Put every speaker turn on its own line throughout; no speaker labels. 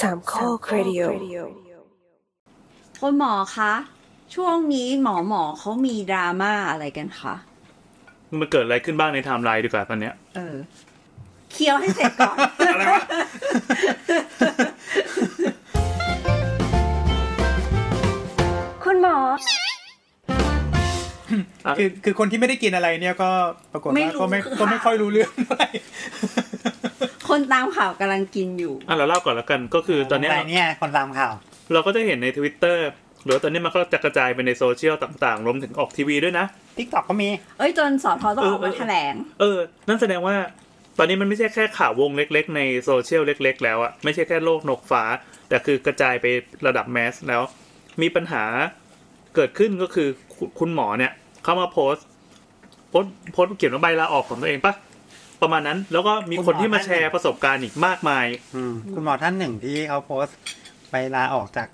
สามข้อครดิโอ
คุณหมอคะ ช่วงนี้หมอหมอเขามีดราม่าอะไรกันคะ
มันเกิดอะไรขึ้นบ้างในไทม์ไลน์ดีกว่าตอนเนี้ย
เออ เคี้ยวให้เสร็จก่อน
คุณหมอ
ครับ
คือคือคนที่ไม่ได้กินอะไรเนี่ยก็ปรากฏ
ไม่
ว่า
รู้
ก็ไม่
ค่ะ
ก็ไม่ค่อยรู้เรื่องเท่าไหร่
คนตามข่าวกำลังกินอยู่
อ่ะเราเล่าก่อนแล้วกันก็ คือตอนเนี้ย
ะไรเนี่ยคนตามข่าว
เราก็จะเห็นในทวิตเตอร์หรือว่าตอนนี้มันก็จะกระจายไปในโซเชียลต่างๆรวมถึงออกทีวีด้วยนะ
t ิ k กต k อกก็มี
เอ้ยจนสอทอต้องออกมา
เออเออ
แถลง
เออ นั่นแสดงว่าตอนนี้มันไม่ใช่แค่ข่าววงเล็ก ๆ ในโซเชียลเล็ก ๆ แล้วอะไม่ใช่แค่โลกนกฟ้า แต่คือกระจายไประดับแมสแล้ว มีปัญหาเกิดขึ้นก็คือคุคุณหมอเนี่ย เข้ามาโพสต์โพสต์โพสต์เขียนว่าใบลาออกของตัวเองปะประมาณนั้น แล้วก็มีคนที่มาแชร์ประสบการณ์อีกมากมาย
อืมคุณหมอท่านหนึ่งที่เขาโพสต์ไปลาออกจาก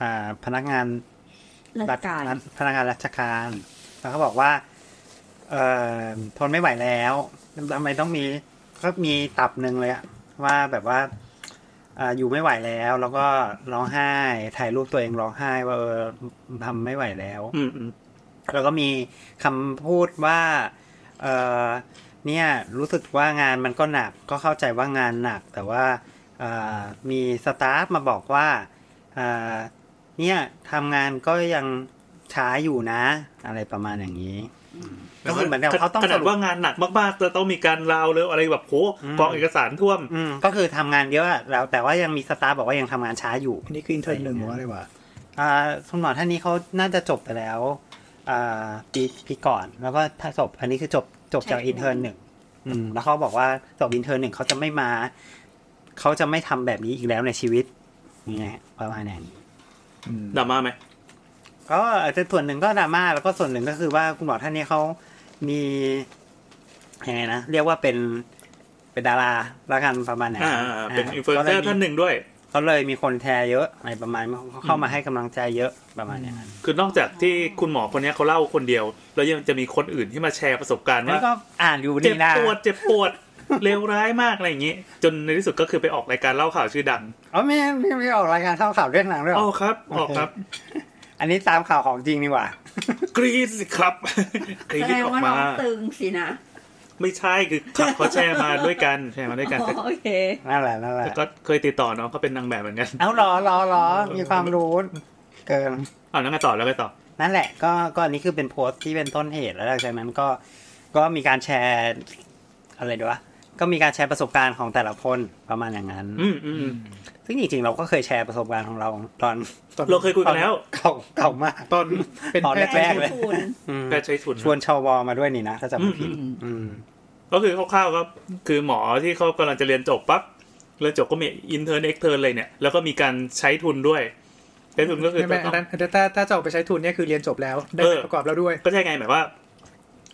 อ่าพนักงาน
ราชการ
ฐพนักงานราชการ แล้วเขาบอกว่า เอ่อทนไม่ไหวแล้วทำไมต้องมีก็มีตับหนึ่งเลยอะว่าแบบว่าอ่าอยู่ไม่ไหวแล้ว แล้วก็ร้องไห้ ถ่ายรูปตัวเองร้องไห้ว่าเออทำไม่ไหวแล้ว
อืมอืม
แล้วก็มีคำพูดว่า เออเนี่ยรู้สึกว่างานมันก็หนัก ก็เข้าใจว่างานหนัก แต่ว่าเอ่อมีสตาฟมาบอกว่าเอ่อเนี่ยทำงานก็ยังช้าอยู่นะ อะไรประมาณอย่างนี้ ก็คือเหมือนกับเขาต้อง
ข
ส
นาด
รุป
ว่างานหนักมากๆจะต้องมีการลาวเลยอะไรแบบโห
อืม
กองเอกสารท่วม
อืมก็คือทำงานเยอะแล้วแต่ว่ายังมีสตาฟบอกว่ายังทำงานช้าอยู่
อันนี้คืออินเทอร์หนึ่งหรือว่าอะไรวะ
อ่าคุณหมอท่านนี้เขาน่าจะจบไปแล้วอ่าปีปีก่อน แล้วก็ถ้าจบอันนี้คือจบจบจาก
ใช่
อินเทอร์หนึ่งอืมแล้วเขาบอกว่าจบอินเทอร์หนึ่งเขาจะไม่มาเขาจะไม่ทำแบบนี้อีกแล้วในชีวิตนี่ไงประมาณนั้น
ดราม่าไหม
ก็อาจจะส่วนหนึ่งก็ดราม่าแล้วก็ส่วนหนึ่งก็คือว่าคุณหมอท่านนี้เขามียังไงนะเรียกว่าเป็นเป็นดาราละกันประมาณนั้น
อ่าๆเป็นอินฟลูเอนเซอร์
ก็ลยมี
ท่านหนึ่งด้วย
เขาเลยมีคนแชร์เยอะอะไรประมาณนี้เขาเข้ามาให้กำลังใจเยอะประมาณอย่างนั้น
คือนอกจากที่คุณหมอคนเนี้ยเขาเล่าคนเดียว แล้วยังจะมีคนอื่นที่มาแชร์ประสบการณ์
อัน
ว่า
นี้ก็อ่านอยู่
เจ็บ
นี่นะ
ปวดเจ็บปวด เลวร้ายมากอะไรอย่างนี้ จนในที่สุดก็คือไปออกรายการเล่าข่าวชื่อดัง
อ๋อไม่ไม่ไม่ออกรายการเท่าข่าวเรื่องหนังด้วยเหร
อ๋อ
อ
ครับ ออกครับ
อันนี้ตามข่าวของจริงดีกว่า
กรีดสิ ครับ กรี
แส
ด
ดง
ออก
ว่าน้
มา
องตึงสินะ
ไม่ใช่คือขับเขาแชร์มาด้วยกันแชร์มาด้วยกัน
อ๋อโอเค
นั่นแหละนั่นแหละ
แต่ก็เคยติดต่อน้องเขาเป็นนางแบบเหมือนกัน
เอาเหรอเหรอเหรอมีความรู้เกิน
เอาแล้วไงต่อแล้วไงต่อ
นั่นแหละ ก็ก็อันนี้คือเป็นโพสต์ที่เป็นต้นเหตุแล้วหลังจากนั้นก็ก็มีการแชร์อะไรดีวะก็มีการแชร์ประสบการณ์ของแต่ละคนประมาณอย่างนั้น
อืมอืมอืม
ซึ่งจริงๆเราก็เคยแชร์ประสบการณ์ของเราตอน
เราเคยคุยกันแล้ว
เก่าเก่ามาก
ตอนเป็น
ตอน
แพทย์
แรกๆเลย
คุณ
อืม
แพทย์ใช้ทุน
ชวนชาววอมาด้วยนี่นะถ้าจำไม่ผิด
อืม
อืม
ก็คือคร่าวๆก็คือหมอที่เขากำลังจะเรียนจบปั๊บเรียนจบก็มีอินเทอร์เน็กเทอร์เลยเนี่ย แล้วก็มีการใช้ทุนด้วยใช้ทุนก็คือ
ไม่ไม่
ต้
อั
อนง
นั้นถ้าถ้าถ้าจะเอาไปใช้ทุนเนี่ยคือเรียนจบแล้ว ได้
เออ
ใบประกอบแล้วด้วย
ก็ใช่ไงหมายว่า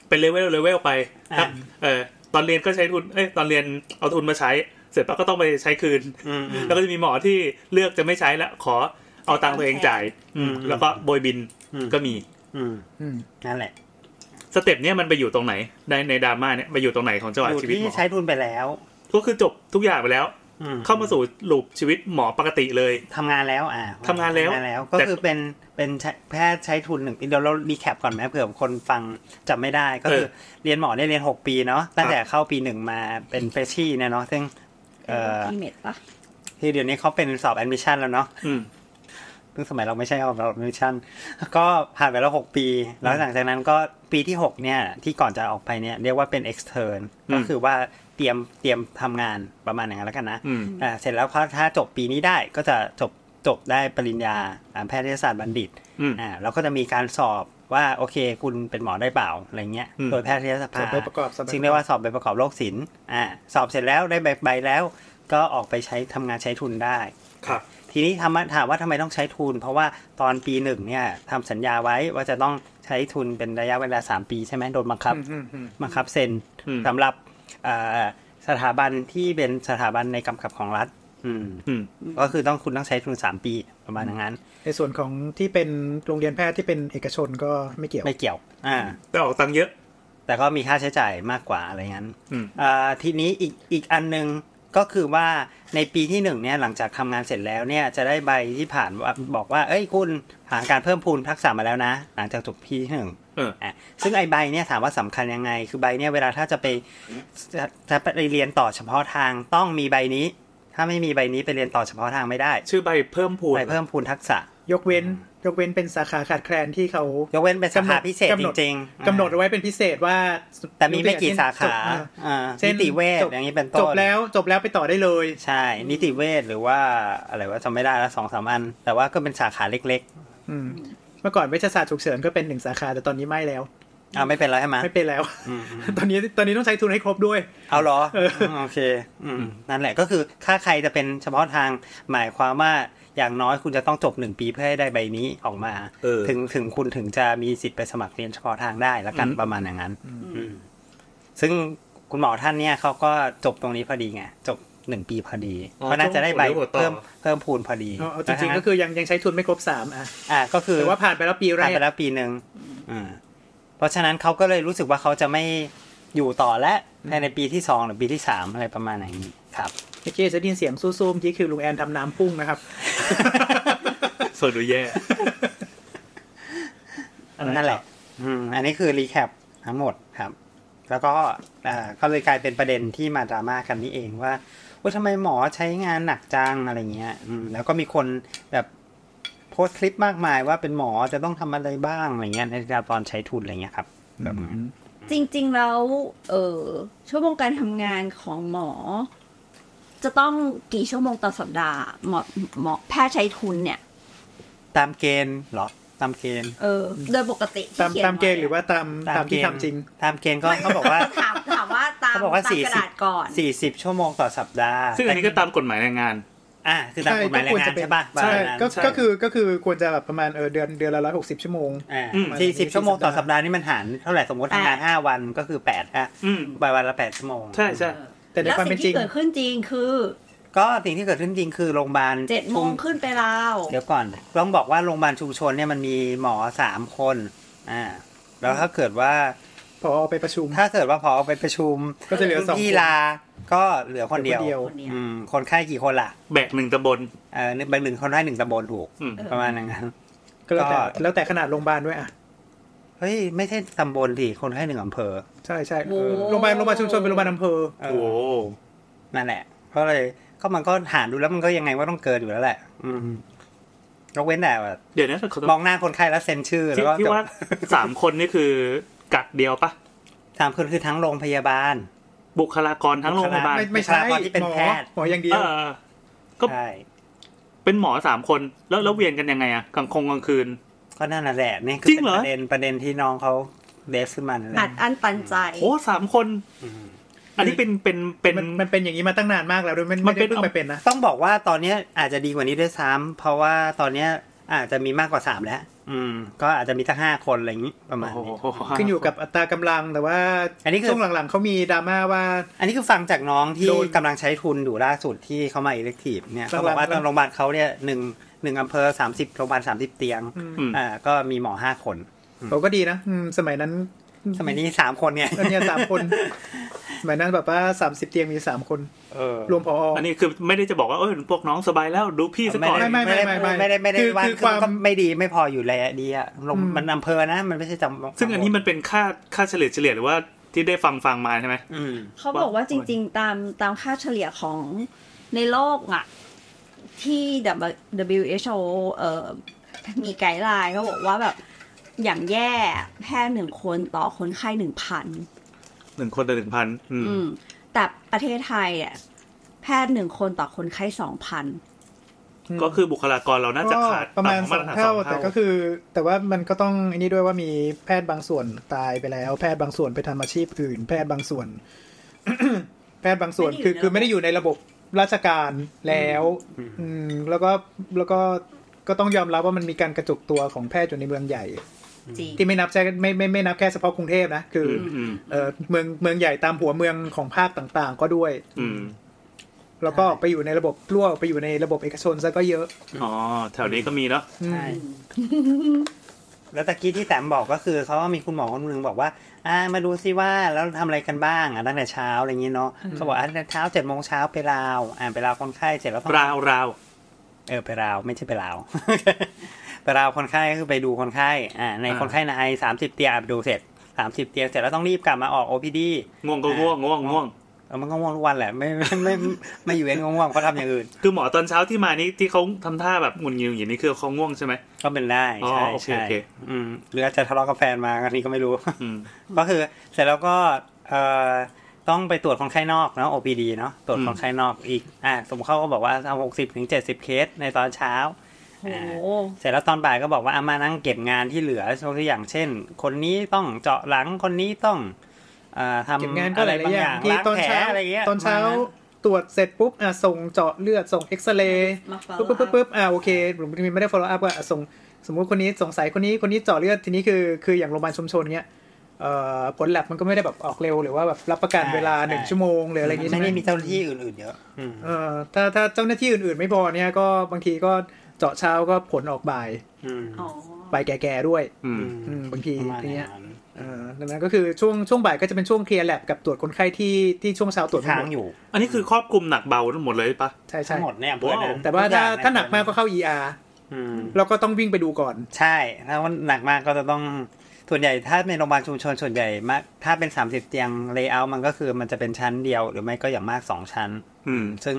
เป็นเลเวลเลเวลไปครับ
อ่า
เออตอนเรียนก็ใช้ทุนเอ้ยตอนเรียนเอาทุนมาใช้ เสร็จปั๊บก็ต้องไปใช้คืน
อืม
แล้วก็จะมีหมอที่เลือกจะไม่ใช้ละขอเอาตังค์ตัวเองจ่าย อืม
อืม
แล้วก็โบยบิน
อืม
ก็มี
อืม
อืม
นั่นแหละ
สเต็ปเนี่ยมันไปอยู่ตรงไหนในในดราม่าเนี่ยไปอยู่ตรงไหนของจังหวะ
อยู่
ชีวิตหม
ที่
อ
ใช้ทุนไปแล้ว
ก็คือจบทุกอย่างไปแล้ว
อื
เข้ามาสู่ลูปชีวิตหมอปกติเลย
ทำงานแล้วอ่า
ทำงานแล้ว
ก็
แต่
คือเป็นเป็นใช้แพทย์ใช้ทุนหนึ่งเดี๋ยวเรารีแคปก่อนไหมเผื่อคนฟังจำไม่ได้ก็คือเรียนหมอเนี่ยเรียน 6 ปีเนาะตั้งแต่เข้าปีหนึ่งมาเป็นเฟชชี่เนี่ยเนาะซึ่งเอ่อ
อีเมดปะ
ที่เดี๋ยวนี้เขาเป็นสอบแอดมิชชั่นแล้วเนาะ
อืม
ซึ่งสมัยเราไม่ใช่สอบแอดมิชชั่นก็ผ่านไปแล้ว 6 ปี แล้วหลังจากนั้นก็ปีที่ 6 เนี่ย ที่ก่อนจะออกไปเนี่ยเรียกว่าเป็น extern
อืม
ก็คือว่าเตรียมเตรียมทำงานประมาณอย่างนั้นแล้วกันนะ
อืม
อ่าเสร็จแล้วพอถ้าจบปีนี้ได้ก็จะจบจบได้ปริญญาอ่าแพทยศาสตร์บัณฑิต
อืม
อ่าเราก็จะมีการสอบว่าโอเค คุณเป็นหมอได้เปล่าอะไรเงี้ย
อืม
โดยแพทยสภา
สอบใบประกอบสอบใบประกอบ
ซึ่งเรียกว่าสอบใบประกอบโรคศิลป์อ่าสอบเสร็จแล้วได้ใบใบแล้ว ก็ออกไปใช้ทำงานใช้ทุนได้
ครับ
ทีนี้ทำมาถามว่าทำไมต้องใช้ทุน เพราะว่าตอนปีหนึ่งเนี่ยทำสัญญาไว้ว่าจะต้องใช้ทุนเป็นระยะเวลา 3 ปีใช่ไหมโดนบังคับ
อืมอืม
บังคับเซ็น
อืม
สำหรับเอ่อสถาบันที่เป็นสถาบันในกำกับของรัฐ อืม
อืม
ก็คือต้องคุณต้องใช้ทุนสามปีประมาณอย่างนั้น
ในส่วนของที่เป็นโรงเรียนแพทย์ที่เป็นเอกชนก็ไม่เกี่ยว
ไม่เกี่ยว อ่า
แต่ออกตังค์เยอะ
แต่ก็มีค่าใช้จ่ายมากกว่าอะไรงั้น
อืม
อ่าทีนี้อีกอีกอันหนึง ก็คือว่าในปีที่หนึ่งเนี่ยหลังจากทำงานเสร็จแล้วเนี่ยจะได้ใบที่ผ่านว่าบอกว่า เอ้ยคุณผ่านการเพิ่มพูนทักษะมาแล้วนะ หลังจากจบปีที่หนึ่ง
เอออ่
ะซึ่งไอใบเนี่ยถามว่าสำคัญยังไง คือใบเนี่ยเวลาถ้าจะไปจะจะไปเรียนต่อเฉพาะทางต้องมีใบนี้ ถ้าไม่มีใบนี้ไปเรียนต่อเฉพาะทางไม่ได้
ชื่อใบเพิ่มพูน
ใบเพิ่มพูนทักษะ
ยกเว้น ยกเว้นเป็นสาขาขาดแคลนที่เขา
ย
ย
กเว้นเป็นสาขาก
ำหนด
พิเศษ
กำ
จ
หนด
ริงๆ
กำหนดเอาไว้เป็นพิเศษว่า
แต่มีไม่กี่สาขา
อ่า
อ่า
เช่น
นิติเวช
จบ
อย่างนี้เป็นต้น
จบแล้วจบแล้วไปต่อได้เลย
ใช่ นิติเวชหรือว่าอะไรว่าจำไม่ได้ละสองสามอัน แต่ว่าก็เป็นสาขาเล็ก
อืมเมื่อก่อนเวชศาสตร์ฉุกเฉินก็เป็นหนึ่งสาขาแต่ตอนนี้ไม่แล้ว
ๆเอาไม่เป็นไรใช่ไหม
ไม่เป็นแล้ว
อืมอืม
ตอนนี้ตอนนี้ต้องใช้ทุนให้ครบด้วย
เอาเหรอ
เอออื
มโอเค อืมนั่นแหละก็คือถ้าใครจะเป็นเฉพาะทางหมายความว่าอย่างน้อยคุณจะต้องจบหนึ่งปีเพื่อให้ได้ใบนี้ออกมา
เออ
ถึงถึงคุณถึงจะมีสิทธิ์ไปสมัครเรียนเฉพาะทางได้ละกัน
อืม
ประมาณอย่างนั้นอืมซึ่งคุณหมอท่านเนี่ยเขาก็จบตรงนี้พอดีไงจบหนึ่งปีพอดี
อ๋อ
ก็น่าจะได้ใบ
ต้องหัวเรียวหัวต่อ
เพิ่มเพิ่มพูนพอดี
เอาเอาจริงๆก็คือยังยังใช้ทุนไม่ครบสามอ่ะ
อ่าก็คือ
แต่ว่าผ่านไปแล้วปีแร
ผ่าน
ก
ไปแล้วปีหนึ่งอ่าเพราะฉะนั้นเขาก็เลยรู้สึกว่าเขาจะไม่อยู่ต่อและภายในปีที่สองหรือปีที่สามอะไรประมาณอย่างนี้ครับ
เมื่อกี้จะได้ยินเสียงซู้ๆเมื่อกี้คือลุงแอนทำน้ำพุ่งนะครับ
ส่วนดูแย่
อะไร
นั่นแหละ อืม อันนี้คือรีแคปทั้งหมดครับ แล้วก็อ่าก็เลยกลายเป็นประเด็นที่มาดราม่ากันนี่เองว่าว่าทำไมหมอใช้งานหนักจังอะไรเงี้ย อืม แล้วก็มีคนแบบโพสต์คลิปมากมายว่าเป็นหมอจะต้องทำอะไรบ้างอะไรเงี้ยในการตอนใช้ทุนอะไรเงี้ยครับแบบนั้น
จริงๆแล้วเออชั่วโมงการทำงานของหมอ จะต้องกี่ชั่วโมงต่อสัปดาห์หมอหมอแพทย์ใช้ทุนเนี่ย
ตามเกณฑ์เหรอ ตามเกณฑ์
เออ โดยปกติที่
ตาม
เขียน
ตามเกณฑ์หรือว่าตามตามที่ทำจริง
ตามเกณฑ์ก็เขาบอกว่า
ถามถามว่าตาม
เขาบอกว่า
ตม
สี่
กระ
สิ
ดา
บ
ษก่อน
สี่สิบชั่วโมงต่อสัปดาห์
ซึ่งอันนี้ก็ตามกฎหมายแรงงาน
อ่ะคือตามกฎหมายแรงงานใช่ป่ะ
ใช่
ประมาณนั้น
ก็
ใช่
ก็คือก็คือควรจะแบบประมาณเออเดือนเดือนละร้อยหกสิบชั่วโมง
อ่า
อืม
สี่สิบชั่วโมงต่อสัปดาห์นี่มันหารเท่าไหร่สมมติทำงานห้าวันก็คือแปดฮะ
อืม
วันวันละแปดชั่วโมง
ใช่ใช่
แต่ใน
แล้ว
ควา
สิ่
มเป็น
ง
จริ
ที่
ง
เกิดขึ้นจริงคือ
ก็สิ่งที่เกิดขึ้นจริงคือโรงพยาบาล
เจ็ดโมงขึ้นไปแล้ว
เดี๋ยวก่อน ต้องบอกว่าโรงพยาบาลชุมชนเนี่ยมันมีหมอสามคนอ่าแล้วถ้าเกิดว่า
พอไปประชุม
ถ้าเกิดว่าพอไปประชุม
ก็จะเหลือสอง
พี่
คน
ลาก็เหลือคนเดียว
เหลือคนเดียว
อืมคนไข้กี่คนล่ะ
แบกหนึ่งตำบล
เออหนึ่งแบ่งหนึ่งคนได้หนึ่งตำบลถูก
อืม
เออ
ประมาณอย่างนั้น
ก็แล้วแต่
ก็
แล้วแต่ขนาดโรงพยาบาลด้วยอ่ะ
เฮ้ย ไม่ใช่ตำบลดิคนให้หนึ่งอำเภอ
ใช่ใช่
โอ้
โรงพยาบาลโรงพยาบาลชุมชนเป็นโรงพยาบาลอำเภอ
เออ
โอ้โห
นั่นแหละก็เลยก็มันก็หารดูแล้วมันก็ยังไงว่าต้องเกินอยู่แล้วแหละ อืมยกเว้นแต่แบบ
เดี๋ยวนะขอโทษ
มองหน้าคนไข้แล้วเซ็นชื่อ แล้
ที่
วก็
ที่
จบ
ว่าสามคนนี่คือกัดเดียวปะ
สามคนคือทั้งโรงพยาบาล
บุคลากรทั้งโรงพยาบาล
ไม่ไม่ใช่
บุคลากรที่เป็น
หมอ
แพทย์
หมออย่างเดีย
เอ
ว
อ ก็
ใช่
เป็นหมอสามคนแล้วแล้วเวียนกันยังไงอะกลางคงกลางคืน
ก็นั่นน่ะแหละนี่คื
จริ
อง เป็น
เหรอ
ประเด็นประเด็นที่น้องเขาเดฟขึ้นมานั่นแห
อั
ละ
ดอั้นตันใจ
โอ้สามคน
อืม
อันนี้เป็นเป็นเป็น
มันมันเป็นอย่างนี้มาตั้งนานมากแล้วด้วยไมัน
มั
ไม่
นเป็น
ได้เพิ่งไปเป็นนะ
ต้องบอกว่าตอนเนี้ยอาจจะดีกว่านี้ด้วยซ้ำเพราะว่าตอนเนี้ยอาจจะมีมากกว่าสามแล้ว อืม ก็อาจจะมีทั้งห้าคนอะไรอย่างนี้ประมาณ
โอ้โห
นี้
ขึ้นอยู่กับอัตรากำลังแต่ว่า
อันนี้คือ
ช่วงหลังๆเขามีดราม่าว่า
อันนี้คือฟังจากน้องที่
โดน
กำลังใช้ทุนอยู่ล่าสุดที่เขามาอิเล็กทีฟเนี่ย
หลังๆ
เขาบอกว่า
หลังๆ
ทางโรงพยาบาลเขาเนี่ยหนึ่งหนึ่งอำเภอสามสิบโรงพยาบาลสามสิบเตียง
อืม
อ่าก็มีหมอห้าคน
เขาก็ดีนะอืมสมัยนั้น
สมัยนี้สามคนเนี่ย
อันเนี้ยสามคน สมัยนั้นแบบว่าสามสิบเตียงมีสามคน
เออ
รวมพอ
อันนี้คือไม่ได้จะบอกว่าเออพวกน้องสบายแล้วดูพี่ซะก่อน
ไม่
ไม่ไม่ไม่
ไม่ได้ไม่ได้
คือ
ว่า
คือ
ค
ค
อ
วาม
ก็ไม่ดีไม่พออยู่แล้วดีอะลง
อืม
มันอำเภอนะ มันไม่ใช่จำ
ซึ่งอันนี้มันเป็นค่าค่าเฉลี่ยเฉลี่ยหรือว่าที่ได้ฟังฟังมาใช่ไหม
อืม
เขาบอกว่าจริง ๆ ตามตามค่าเฉลี่ยของในโลกอ่ะ ที่ WHO เอ่อมีไกด์ไลน์เขาบอกว่าแบบอย่างแย่แพทย์หนึ่งคนต่อคนไข้หนึ่งพัน
หนึ่งคนต่อหนึ่งพันอืม
แต่ประเทศไทยอ่ะแพทย์หนึ่งคนต่อคนไข้สองพัน
อืม
ก็คือบุคลากรเราน่าจะ
ก็
ขาด
ประมาณ
ต่ำก
ส
ว่
อง
ตฐน
เท่า แต่ก็คือ แต่ว่ามันก็ต้องไอันนี้ด้วยว่ามีแพทย์บางส่วนตายไปแล้ว แพทย์บางส่วนไปทำอาชีพอื่น แพทย์บางส่วน แพทย์บางส่วน
ไม่ได้อยู่ใน
คือคือไม่ได้อยู่ในระบบราชการแล้ว
อืม
อืมแล้วก็แล้วก็ก็ต้องยอมรับว่ามันมีการกระจุกตัวของแพทย์อยู่ในเมืองใหญ่
จริง
ที่ไม่นับแค่ไม่ไม่ไม่นับแค่เฉพาะกรุงเทพนะคือ
อืม
อ
อืม
เออเมืองเมืองใหญ่ตามหัวเมืองของภาคต่างๆ ก็ด้วย
อืม
แล้วก็ไปอยู่ในระบบร่วไปอยู่ในระบบเอกชนซะก็เยอะ
อ๋อแถวนี้ก็มีเนาะ
อืม
ใช่ แล้วตะกี้ที่แต้มบอกก็คือเขาว่ามีคุณหมอคนหนึ่งบอกว่า อ่ามาดูซิว่าแล้วทำอะไรกันบ้างอ่ะตั้งแต่เช้าอะไรอย่างงี้เนาะเขาบอกอ่ะตั้งแต่เช้าเจ็ดโมงเช้าไปลาวอ่าไปลาวคนไข้เสร็จแล้วต้อง
ราวราว
เออไปราวไม่ใช่ไปราว ไปราวคนไข้ก็คือไปดูคนไข้อ่าใน
อ่า
คนไข้ในไอสามสิบเตียงอ่ะไปดูเสร็จสามสิบเตียงเสร็จแล้วต้องรีบกลับมาออก OPD
ง่วงก็ง่วงง่วงง่วง
เออมันก็ง่วงทุกวันแหละไม่ไม่ไม่ไม่ไม่อยู่เว้นก็ง่วงเขาทำอย่างอื่น
คือหมอตอนเช้าที่มานี่ที่เขาทำท่าแบบหงุนงิวอย่างนี้คือเขาง่วงใช่ไหม
ก็เป็นได้
อ๋อ
ใช่
โอเค
ใช่
โอเค
อืมหรืออาจจะทะเลาะกับแฟนมาอันนี้ก็ไม่รู้
อืม
ก็คือเสร็จแล้วก็เอ่อต้องไปตรวจคนไข้นอกเนาะ OPD เนาะตรวจ
อืม
คนไข้นอกอีกอ่าสมมติเขาก็บอกว่าเอาหกสิบถึงเจ็ดสิบเคสในตอนเช้า
โอ้
อ่า
โห
เสร็จแล้วตอนบ่ายก็บอกว่าอามานั่งเก็บงานที่เหลือยกตัวอย่างเช่น คนนี้ต้องเจาะหลังคนนี้ต้องเอ่อทำ
เก็บงานก็
อะ
ห
ไร
ลาย
บา
ๆ
งอย่
อา
ย่าง ง
ที่
ล้าง
ตอน
แผล
เช้า
อะไรเงี้ย
ตอนเช้าตรวจเสร็จปุ๊บอ่ะส่งเจาะเลือดส่งเอ็กซเรย์
มาฟัง
ปุ๊บปุ๊บปุ๊บปุ๊บอ่าโอเคผมไม่ได้ follow up ว่าอ่ะส่งสมมุติคนนี้สงสัยคนนี้คนนี้เจาะเลือดทีนี้คือคืออย่างโรงพยาบาลชุมชนเนี้ยเอ่อผลแลบมันก็ไม่ได้แบบออกเร็วหรือว่าแบบรับประกันเวลาหนึ่งชั่วโมงหรืออะไรอย่างงี้ใช่
ไม่
ไหม
ได้มีเจ้าหน้าที่อื่น ๆ เยอะอืม
เอ่อถ้าถ้าเจ้าหน้าที่อื่น ๆ ไม่พอเนี่ยก็บางทีก็เจาะเช้าก็ผลออกบ่าย
อืม
อ๋อ
บ่ายแก่ๆด้วย
อืม
อืมบางที
ประมาณ
ทีเนี้ย
นั้น
เอ่อดังนั้นก็คือช่วงช่วงบ่ายก็จะเป็นช่วงเคลียร์แลบกับตรวจคนไข้ที่ที่ช่วงเช้าตรวจไม่
ค้าง
หมด
อยู่
อันนี้คือครอบคลุมหนักเบาทั้งหมดเลยปะ
ใช่ใช่
ทั้งหมดเนี่ยเพื่อนนั้น
แต่ว่า
ทุอย่
ถ้าง
เนี่ย
ถ้าหนักมากก็เข้า ER
อืม
แล้วก็ต้องวิ่งไปดูก่อน
ใช่ถ้าว่าหนักมากก็จะต้องส่วนใหญ่ถ้าเป็นโรงพยาบาลชุมชนส่วนใหญ่มากถ้าเป็น 30 เตียงเลเยอร์มันก็คือมันจะเป็นชั้นเดียว หรือไม่ก็อย่างมากสองชั้น
อืม
ซึ่ง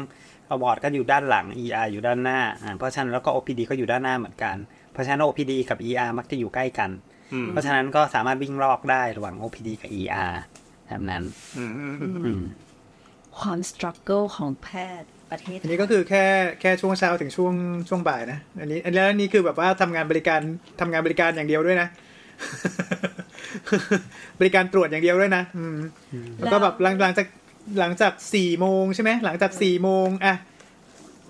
อวอร์ดก็อยู่ด้านหลัง ER อยู่ด้านหน้าอ่าเพราะฉะนั้นแล้วก็ OPD ก็อยู่ด้านหน้าเหมือนกัน เพราะฉะนั้น OPD กับ ER มักจะอยู่ใกล้กัน
อืม
เพราะฉะนั้นก็สามารถวิ่งลอกได้ระหว่าง OPD กับ ER แบบนั้น
อืมอืมอืม
อืม
ความสครัลเกิลของแพทย์ประเทศ
อันนี้ก็คือแค่แค่ช่วงเช้าถึงช่วงช่วงบ่ายนะ อันนี้อันแล้วอันนี้คือแบบว่าทำงานบริการทำงานบริการอย่างเดียวด้วยนะ บริการตรวจอย่างเดียวด้วยนะอืมแล้วก็แบบหลังหลังจากหลังจากสี่โมงใช่ไหมหลังจากสี่โมงอ่ะ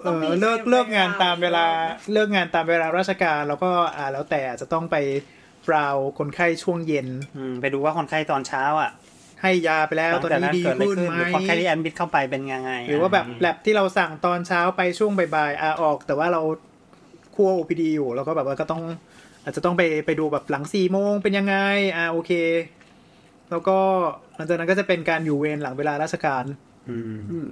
เออเลิกเลิกงานตามเวลาเลิกงานตามเวลาราชการแล้วก็อ่าแล้วแต่อาจจะต้องไปบราวคนไข้ช่วงเย็น
อืมไปดูว่าคนไข้ตอนเช้าอ่ะ
ให้ยาไปแล้วตอน
หลัง
นี้
จาก
ดี
เกิดอะไรขึ้นห
ขึ้นไห
รือ
ม
คนไข้ที่แอนบิดเข้าไปเป็นยังไง
หรือว่าแบบแลบที่เราสั่งตอนเช้าไปช่วงบ่ายๆอ่ะออก แต่ว่าเราคั่ว OPD อยู่แล้วก็แบบว่าก็ต้อง อาจจะต้องไปไปดูแบบหลังสี่โมงเป็นยังไง อ่าโอเค แล้วก็หลังจากนั้นก็จะเป็นการอยู่เวรหลังเวลาราชการ
อืม
อืม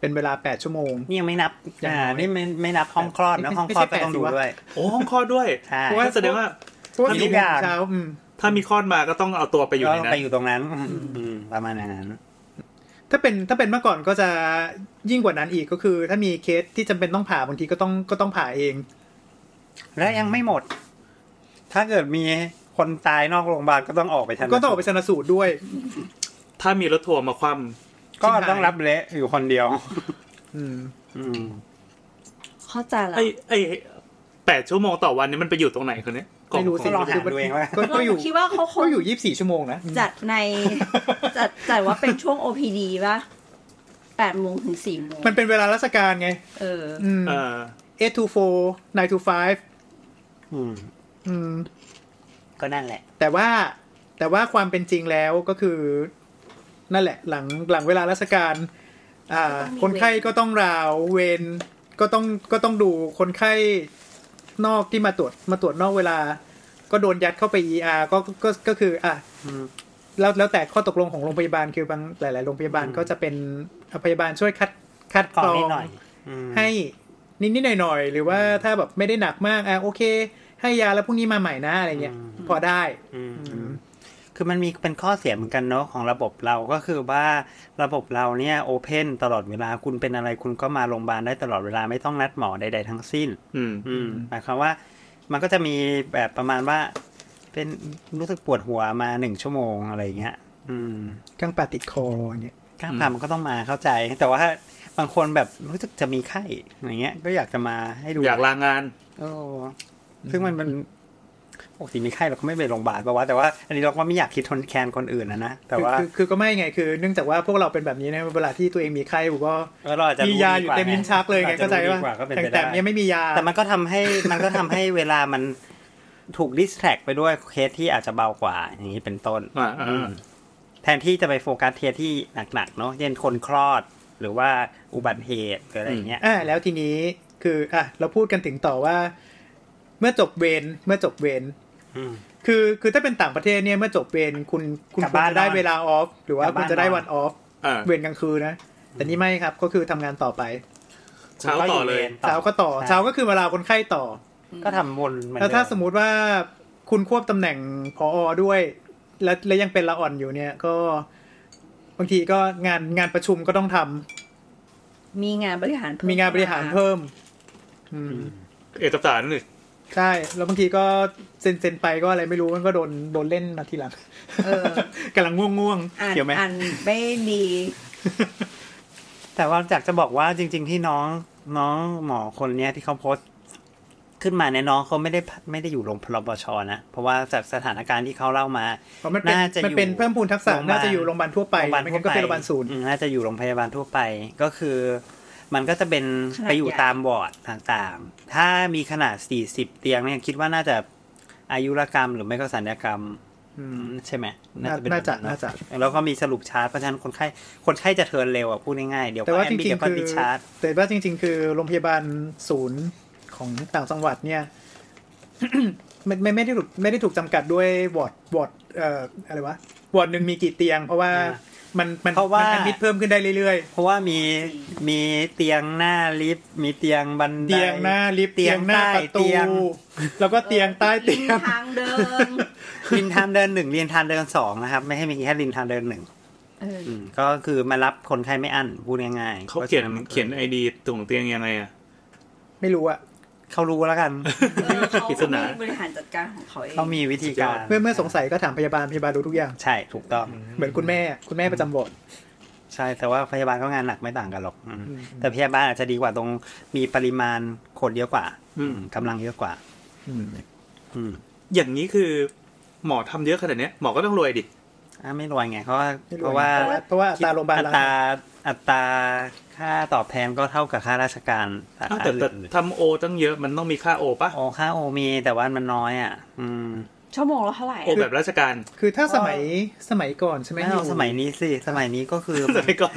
เป็นเวลาแปดชั่วโมง
นี่ยังไม่นับ
อย่าง
อ่า
น้อย
นี่ไม่ไม่นับห้องคลอดนะ
ไม่
ห้องคลอดก็
ไม่ใช่
ต้อง
แปดสิ
ดู
วะ
ด้วย
โอ้ห้องคลอดด้วย
ใช่
เพราะว่าแสดงว่า
ช่วง
ทำทุ
สี่
กอ
โม
ง ย่าง
เช้าอืม
ถ้ามีคลอดมาก็ต้องเอาตัวไปอยู่
ก็
ในนั้
ไป
น
อยู่ตรงนั้นอืมประมาณอย่างนั้น
ถ้าเป็นถ้าเป็นเมื่อก่อนก็จะยิ่งกว่านั้นอีกก็คือ ถ้ามีเคสที่จำเป็นต้องผ่าบางทีก็ต้องก็ต้องผ่าเอง
และยังไม่หมด ถ้าเกิดมีคนตายนอกโรงพยาบาลก็ต้องออกไปชันสูตร
ก็ต้องออกไปชนสูตรด้วย
ถ้ามีรถทัวร์มาคว่
ก็ต้องรับเละอยู่คนเดียว
อืม
อืม
เข้าใจ
ำ
แล้ว
ไอ้ไอ้แปดชั่วโมงต่อวันนี้มันไปอยู่ตรงไหนคนเนี้ยกล่อง
ไม่รู้สิ
ก็ลองหาดูเองว่า
ก็ก็อยู่
เราคิดว่าเขาค
ก็
ง
อยู่ยี่สิบสี่ชั่วโมงนะอืม
จัด ใน จัดจัดว่าเป็นช่วง OPD ป่ะแปดโมงถึงสี่โมง
มันเป็นเวลาราชการไง
เออ
อืม
เออ
eight to four nine to five
อืม
อืม
ก็นั่นแหละ
แต่ว่าแต่ว่าความเป็นจริงแล้วก็คือ นั่นแหละ หลังหลังเวลาราชการ อ่า
ก็
ค
ต้องมีเวร
นไข้ก็ต้องราวเวรก็ต้องก็ต้องดูคนไข้นอกที่มาตรวจมาตรวจนอกเวลา ก็โดนยัดเข้าไป ER ก็ก็ก็คือ อ่ะ
อืม
แล้วแล้วแต่ข้อตกลงของโรงพยาบาลคือบางหลาย ๆ โรงพยาบาลก็จะเป็นพยาบาลช่วยคัดคัด
กรอกง
รอ
นิด
ง
หน่อยอืม
ให้นิดๆหน่อยๆ หรือว่าถ้าแบบไม่ได้หนักมากอ่ะโอเค ให้ยาแล้วพรุ่งนี้มาใหม่นะอะไรเงี้ยพอได้
อืมอืมคือมันมีเป็นข้อเสียเหมือนกันเนาะของระบบเราก็คือว่าระบบเราเนี่ยโอเพนตลอดเวลาคุณเป็นอะไรคุณก็มาโรงพยาบาลได้ตลอดเวลาไม่ต้องนัดหมอใดๆทั้งสิ้น
อืม
อืมหมายความว่า มันก็จะมีแบบประมาณว่า เป็นรู้สึกปวดหัวมาหนึ่งชั่วโมงอะไรอย่างเงี้ย อืม
กังปาติดคออย่างเงี้ย
กล้ามผ่ามันก็ต้องมาเข้าใจ แต่ว่าบางคนแบบรู้สึกจะมีไข้อย่างเงี้ย ก็อยากจะมาให้ดู
อยากลางาน
โอ้ซึ่งมันมันปกติมีไข้เราก็ไม่ไปโรงพยาบาลปะวะแต่ว่าอันนี้เราก็ไม่อยากคิดทนแทนคนอื่นนะนะแต่ว่า
คือคือคือก็ไม่ไงคือ เนื่องจากว่าพวกเราเป็นแบบนี้นะเวลาที่ตัวเองมีไข้ผมก็
เออเราอาจจะ
มี
รู้
ยาอยู่
ดีว่
เต็มลิ้นชักเลยไง
อจจะ
เข้าใจ
รู้
ว่า
ดีว่าก็เป็น
แต่
ไป
แต่
ได้
เนี้ยไม่มียา
แต่มันก็ทำให้ มันก็ทำให้เวลามันถูกดิสแทรกไปด้วยเคสที่อาจจะเบากว่า อย่างนี้เป็นต้น
อ่าอ่าอ่า
แทนที่จะไปโฟกัสเคสที่หนักๆเนาะเช่นคนคลอด หรือว่าอุบัติเหตุหรืออะไรอย่างเงี้ย
อ่าแล้วทีนี้คืออ่ะเราพูดกันถึงต่อว่า เมื่อจบเวรเมื่อจบเวร
อืม
คือคือถ้าเป็นต่างประเทศเนี่ยเมื่อจบเวรคุณคุณ
กลับ
ควร
บ้าน
จะได้
นอน
เวลาออฟ หรือว่าก
ลับ
คุณ
บ้าน
จะได้
นอน
วันออฟ
อ่า
เวรกลางคืนนะ แต่นี่ไม่ครับก็คือทำงานต่อไป
เช้าต่อเลย
คุณก็วร
เช้าก็ต่อเช้าก็คือเวลาคนไข้ต่อ
ก็ทำวนเหมือน
แล้วถ้า
เดิ
สมมุติว่าคุณควบตำแหน่งพอด้วย และและยังเป็นละอ่อนอยู่เนี่ยก็บางทีก็งานงานประชุมก็ต้องทำ
มีงานบริหารเพิ่
มีงานบริหารเพิ่ม อืม
เอกสารนี่
ใช่ แล้วบางทีก็เซ็นเซ็นไปก็อะไรไม่รู้มันก็โดนโดนเล่นมาทีหลัง
เออก
ำลังง่วงง่วง
อ่าน
เกี่ยวไหม
อ่านไม่ดี
แต่ว่าจากจะบอกว่าจริง ๆ ที่น้องน้องหมอคนเนี้ยที่เขาโพสต์ขึ้นมาเนี่ยน้องเขาไม่ได้ไม่ได้อยู่โรงพยาบาลชนะเพราะว่าจากสถานการณ์ที่เขาเล่ามา
เพราะมันเป็น
น่าจะอยู่
มันเป็นเพิ่มพูนทักษะ
โรงพยาบาล
น่าจะอยู่โรงพยาบาลทั่วไปไม่งั้นก็เป็นโรงพยาบาลศูนย์
อืมน่าจะอยู่โรงพยาบาลทั่วไปก็คือ มันก็จะเป็นไปอยู่ตามวอร์ดต่างๆ ถ้ามีขนาด 40 เตียงเนี่ยคิดว่าน่าจะอายุรกรรมหรือไม่ก็สัญญกรรม
อื
อื
ม
มใช่ไหมเป็
น่าจะ
แบบ
น่าจะ
แล้วก็มีสรุปชาร์จเพราะฉะนั้นคนไข้คนไข้จะเทิร์นเร็วอ่ะพูดง่ายๆเดี๋ยว
แต่
ก็
ว่า
แอม
จ
บี
ริ
เดี๋
ง
ยว
ๆ
ก็
คือ
ดิชาร์จ
แต่ว่าจริง ๆ คือโรงพยาบาลศูนย์ของต่างจังหวัดเนี่ย ไม่ไม่ไม่ได้ถูกไม่ได้ถูกจำกัดด้วยวอร์ดวอร์ดเอ่ออะไรวะวอร์ดหนึ่งมีกี่เตียง เพราะว่ามันมัน
เพราะว่า
แอดมิดเพิ่มขึ้นได้เรื่อย
เพราะว่ามีมีเตียงหน้าลิฟต์มีเตียงบัน
ๆ
ได
เตียงหน้าลิฟต์เตียงหน้าประตู
เตียง
แล้วก็เตียงใต้เตียง
ทางเดิน
ลินทางเดินหนึ่งลินทางเดินสองนะครับ ไม่ให้มีแค่ลินทางเดินหนึ่ง
เออ
อืมก็คือมารับคนไข้ไม่อั้นพูดง่ายๆ
เขาเขียน
พราะฉะ
เขียนไอดีถุงเตียงยังไงอ่ะ
ไม่รู้อะ
เขารู้แล้วกัน
เออเขา
ปริศนา
บริหารจัดการของเขาเอง
เขามีวิธีการ
เมื่อเมื่อสงสัยก็ถามพยาบาลพยาบาลรู้ทุกอย่าง
ใช่ถูกต้อง
เหมือนคุณแม่คุณแม่ประจำวอร์ด
ใช่แต่ว่าพยาบาลก็งานหนักไม่ต่างกันหรอกอืม
อืม
แต่พยาบาลอาจจะดีกว่าตรงมีปริมาณคนเยอะกว่า
อืม
อืมกำลังเยอะกว่า อืม
อย่างนี้คือหมอทำเยอะขนาดเนี้ยหมอก็ต้องรวยดิ
อ่ะไม่รวยไง เพราะว่า
ไม่
เพราะว่า
เพราะว่าอัตราโรงพยาบาล
อั
ละ
ตราอัตราค่าตอบแทนก็เท่ากับค่าราชการสา
อ้าว
ขา
แต่แต่
อื่น
ทำโอตั้งเยอะมันต้องมีค่าโอปะ
โอค่าโอมีแต่ว่ามันน้อยอ่ะ อืม
ชั่วโมงละเท่าไหร่
โอแบบราชการ
คือถ้าสมัยสมัยก่อนใช่ไหม
ไม่เอาสมัยนี้สิ สมัยนี้ก็คือ
สมัยก่อน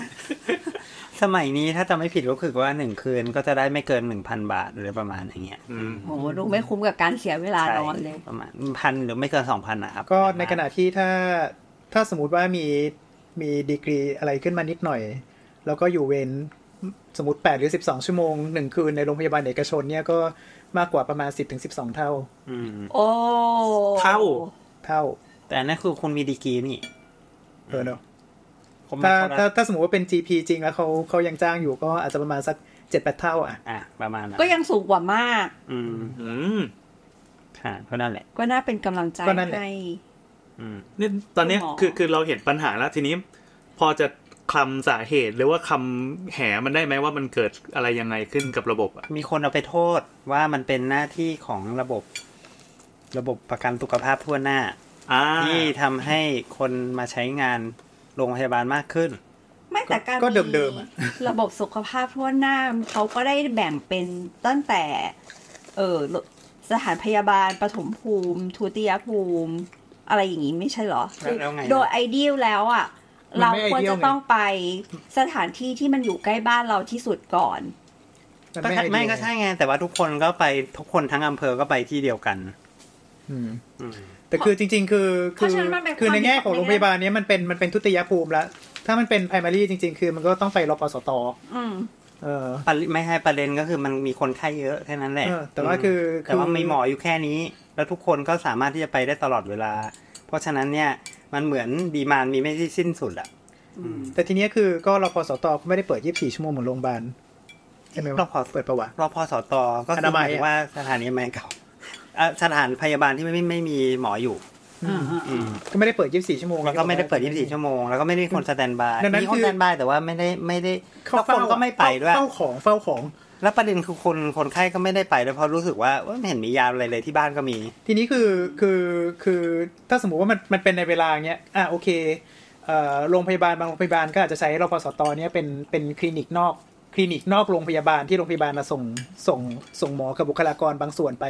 สมัยนี้ถ้าจำไม่ผิดก็คือว่าหนึ่งคืนก็จะได้ไม่เกินหนึ่งพันบาทหรือประมาณอย่างเงี้ย
อืม
โอ้โหดูไม่คุ้มกับการเสียเวลานอนเลย
ใช่ประมาณพันหรือไม่เกินสองพันนะครับ
ก็ในขณะที่ถ้าถ้าสมมติว่ามีมีดีกรีอะไรขึ้นมานิดหน่อย แล้วก็อยู่เวรสมมติ 8 หรือ 12 ชั่วโมง 1 คืนในโรงพยาบาลเอกชนเนี่ยก็มากกว่าประมาณ 10ถึง12 เท่า
อืม
โอ้
เท่า
เท่า
แต่อันนั่นคือคุณมีดีกรีนี่
เออเนอะ
ผม
ถ้า
คนละ
ถ้าถ้าสมมติว่าเป็น GP จริงแล้วเขาเขายังจ้างอยู่ก็อาจจะประมาณสัก 7-8 เท่าอ่ะ
อ่ะประมาณนั้น
ก็ยังสูงกว่ามาก
อืม
อืม
ค่ะก็นั่นแหละ
ก็น่าเป็นกำลังใจ
ก็นั่นแหละ
ให้
อืม
นี่ตอนเนี้ย
คุณหมอ
คือคือเราเห็นปัญหาแล้วทีนี้ พอจะคลำสาเหตุหรือว่าคำแหมันได้ไหมว่ามันเกิดอะไรยังไงขึ้นกับระบบอ่ะ
มีคนเอาไปโทษว่ามันเป็นหน้าที่ของระบบ ระบบประกันสุขภาพทั่วหน้า
อ่า
ที่ทำให้คนมาใช้งานโรงพยาบาลมากขึ้น
ไม่แต่การ
ก็เดิมๆอะ
ระบบสุขภาพทั่วหน้าเขาก็ได้แบ่งเป็นตั้งแต่ เออสถานพยาบาลปฐมภูมิ ทุติยภูมิ อะไรอย่างนี้ไม่ใช่เหรอ
แล้วไงนะ
โดยไอเดียแล้วอ่ะ
มัน
เรา
ไม่
ควร
ideal
จะต้องไปสถานที่ที่มันอยู่ใกล้บ้านเราที่สุดก่อน
น
ก็
อ้
ถ้า
เดีย
ไม่ก็ใช่ไง แต่ว่าทุกคนก็ไปทุกคนทั้งอำเภอก็ไปที่เดียวกัน
อืม
อืม
แต่คือจริง ๆ คือ
เพ
คื
ราะ
อ
ฉะนั้นมันเป็น
คือในแง่
ความ
ของ
ผิด
โรงพยาบาลเนี้ยมันเป็นมันเป็นทุติยภูมิแล้วถ้ามันเป็น primary จริง ๆ คือมันก็ต้องไปรปสต
อืม
เออ
ปริไม่ให้ประเด็นก็คือมันมีคนไข้เยอะแค่นั้นแหละ
เออแต่ว่าคือ
มแต่ว่ามีหมออยู่แค่นี้ แล้วทุกคนก็สามารถที่จะไปได้ตลอดเวลา เพราะฉะนั้นเนี่ยมันเหมือนดีมานมีไม่ที่สิ้นสุดอะ
แต่ทีเนี้ยคือก็รพสตก็ไม่ได้เปิด 24 ชั่วโมงเหมือนโรงพยาบาลใช่ไหมวะเปิดประวะ
รอพอสตก็คื
นามั
หมาย ยถึ
อะ
งว่าสถานีแมเก่าเอ่อสถานพยาบาลที่ไม่ไม่ไม่มีหมออยู่
อ่าอ่า
อืม
ก็ไม่ได้เปิด 24 ชั่วโมง
แล้วก็ไม่ได้เปิด 24 ชั่วโมง แล้วก็ไม่ได้มีคนสแตนบาย
ดังนั้น
มีคน
คือ
สแตนบายแต่ว่าไม่ได้ไม่ได้
เข้า
แล้วคนก็ไม่ไปด้วย
เฝ้าของเฝ้าของ
แล้วประเด็นคือคนคนไข้ก็ไม่ได้ไปด้วยเพราะรู้สึกว่าเอ้ยไม่เห็นมียาอะไรเลยที่บ้านก็มี
ทีนี้คือคือคือถ้าสมมุติว่ามันมันเป็นในเวลาเนี้ยอ่ะโอเคเอ่อโรงพยาบาลบางโรงพยาบาลก็อาจจะใช้รพสตเนี้ยเป็นเป็นคลินิกนอกคลินิกนอกโรงพยาบาลที่โรงพยาบาลน่ะส่งส่งส่งหมอกับบุคลากรบางส่วนไป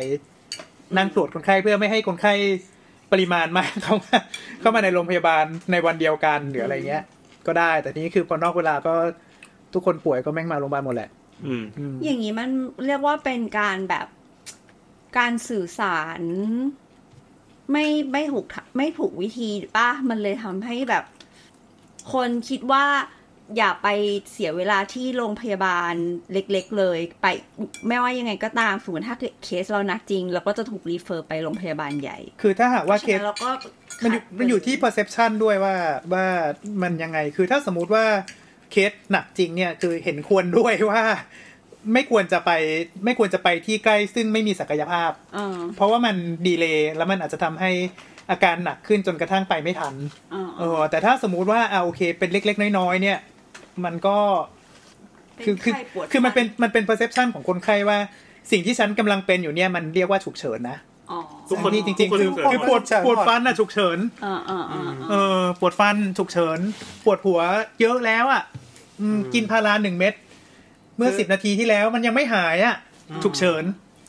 นั่งตรวจคนไข้เพื่อไม่ให้คนไข้ปริมาณมาก เข้ามาเข้ามาในโรงพยาบาลในวันเดียวกันหรืออะไรเงี้ย ก็ได้แต่ทีนี้คือพอนอกเวลาก็ทุกคนป่วยก็แม่งมาโรงพยาบาลหมดแหละ
อืม
อืม
อย่างนี้มันเรียกว่าเป็นการแบบการสื่อสาร ไม่ไม่ถูกทะไม่ถูกวิธีป่ะมันเลยทำให้แบบ คนคิดว่าอย่าไปเสียเวลาที่โรงพยาบาลเล็ก ๆ เลย ไปไม่ว่ายังไงก็ตามสมมติถ้าเคสเราหนักจริงเราก็จะถูกรีเฟอร์ไปโรงพยาบาลใหญ่
คือถ้าหากว่าเค
พระฉะนั้
ส
นเราก็
มันอยู่มันอยู่ที่ perception ด้วยว่าว่ามันยังไง คือถ้าสมมุติว่าเคสหนักจริงเนี่ย คือเห็นควรด้วยว่า ไม่ควรจะไปไม่ควรจะไปที่ใกล้ซึ่งไม่มีศักยภาพ
เออ
เพราะว่ามันดีเลย์แล้วมันอาจจะทำให้อาการหนักขึ้นจนกระทั่งไปไม่ทัน
เออ
เออ แต่ถ้าสมมุติว่าอ่าโอเค เป็นเล็ก ๆ น้อยๆเนี่ย มันก็ คือคือ
ไข้ปวด
คือมันเป็นมันเป็น perception ของคนไข้ว่า สิ่งที่ฉันกำลังเป็นอยู่เนี่ยมันเรียกว่าฉุกเฉินนะ
อ๋อ
ทุกคน
ที่จริง
ทุกน
ๆคือ
ฉุกเฉิน
คือปวดปวดฟันอะฉุกเฉิน
เออเออเออเอ
เอ
อ
อปวดฟันฉุกเฉิน ปวดหัวเยอะแล้วอ่ะอืมกินพาราหนึ่งเม็ดเมื่อ
คือ
สิบนาทีที่แล้วมันยังไม่หายอ่ะ ฉุกเฉิน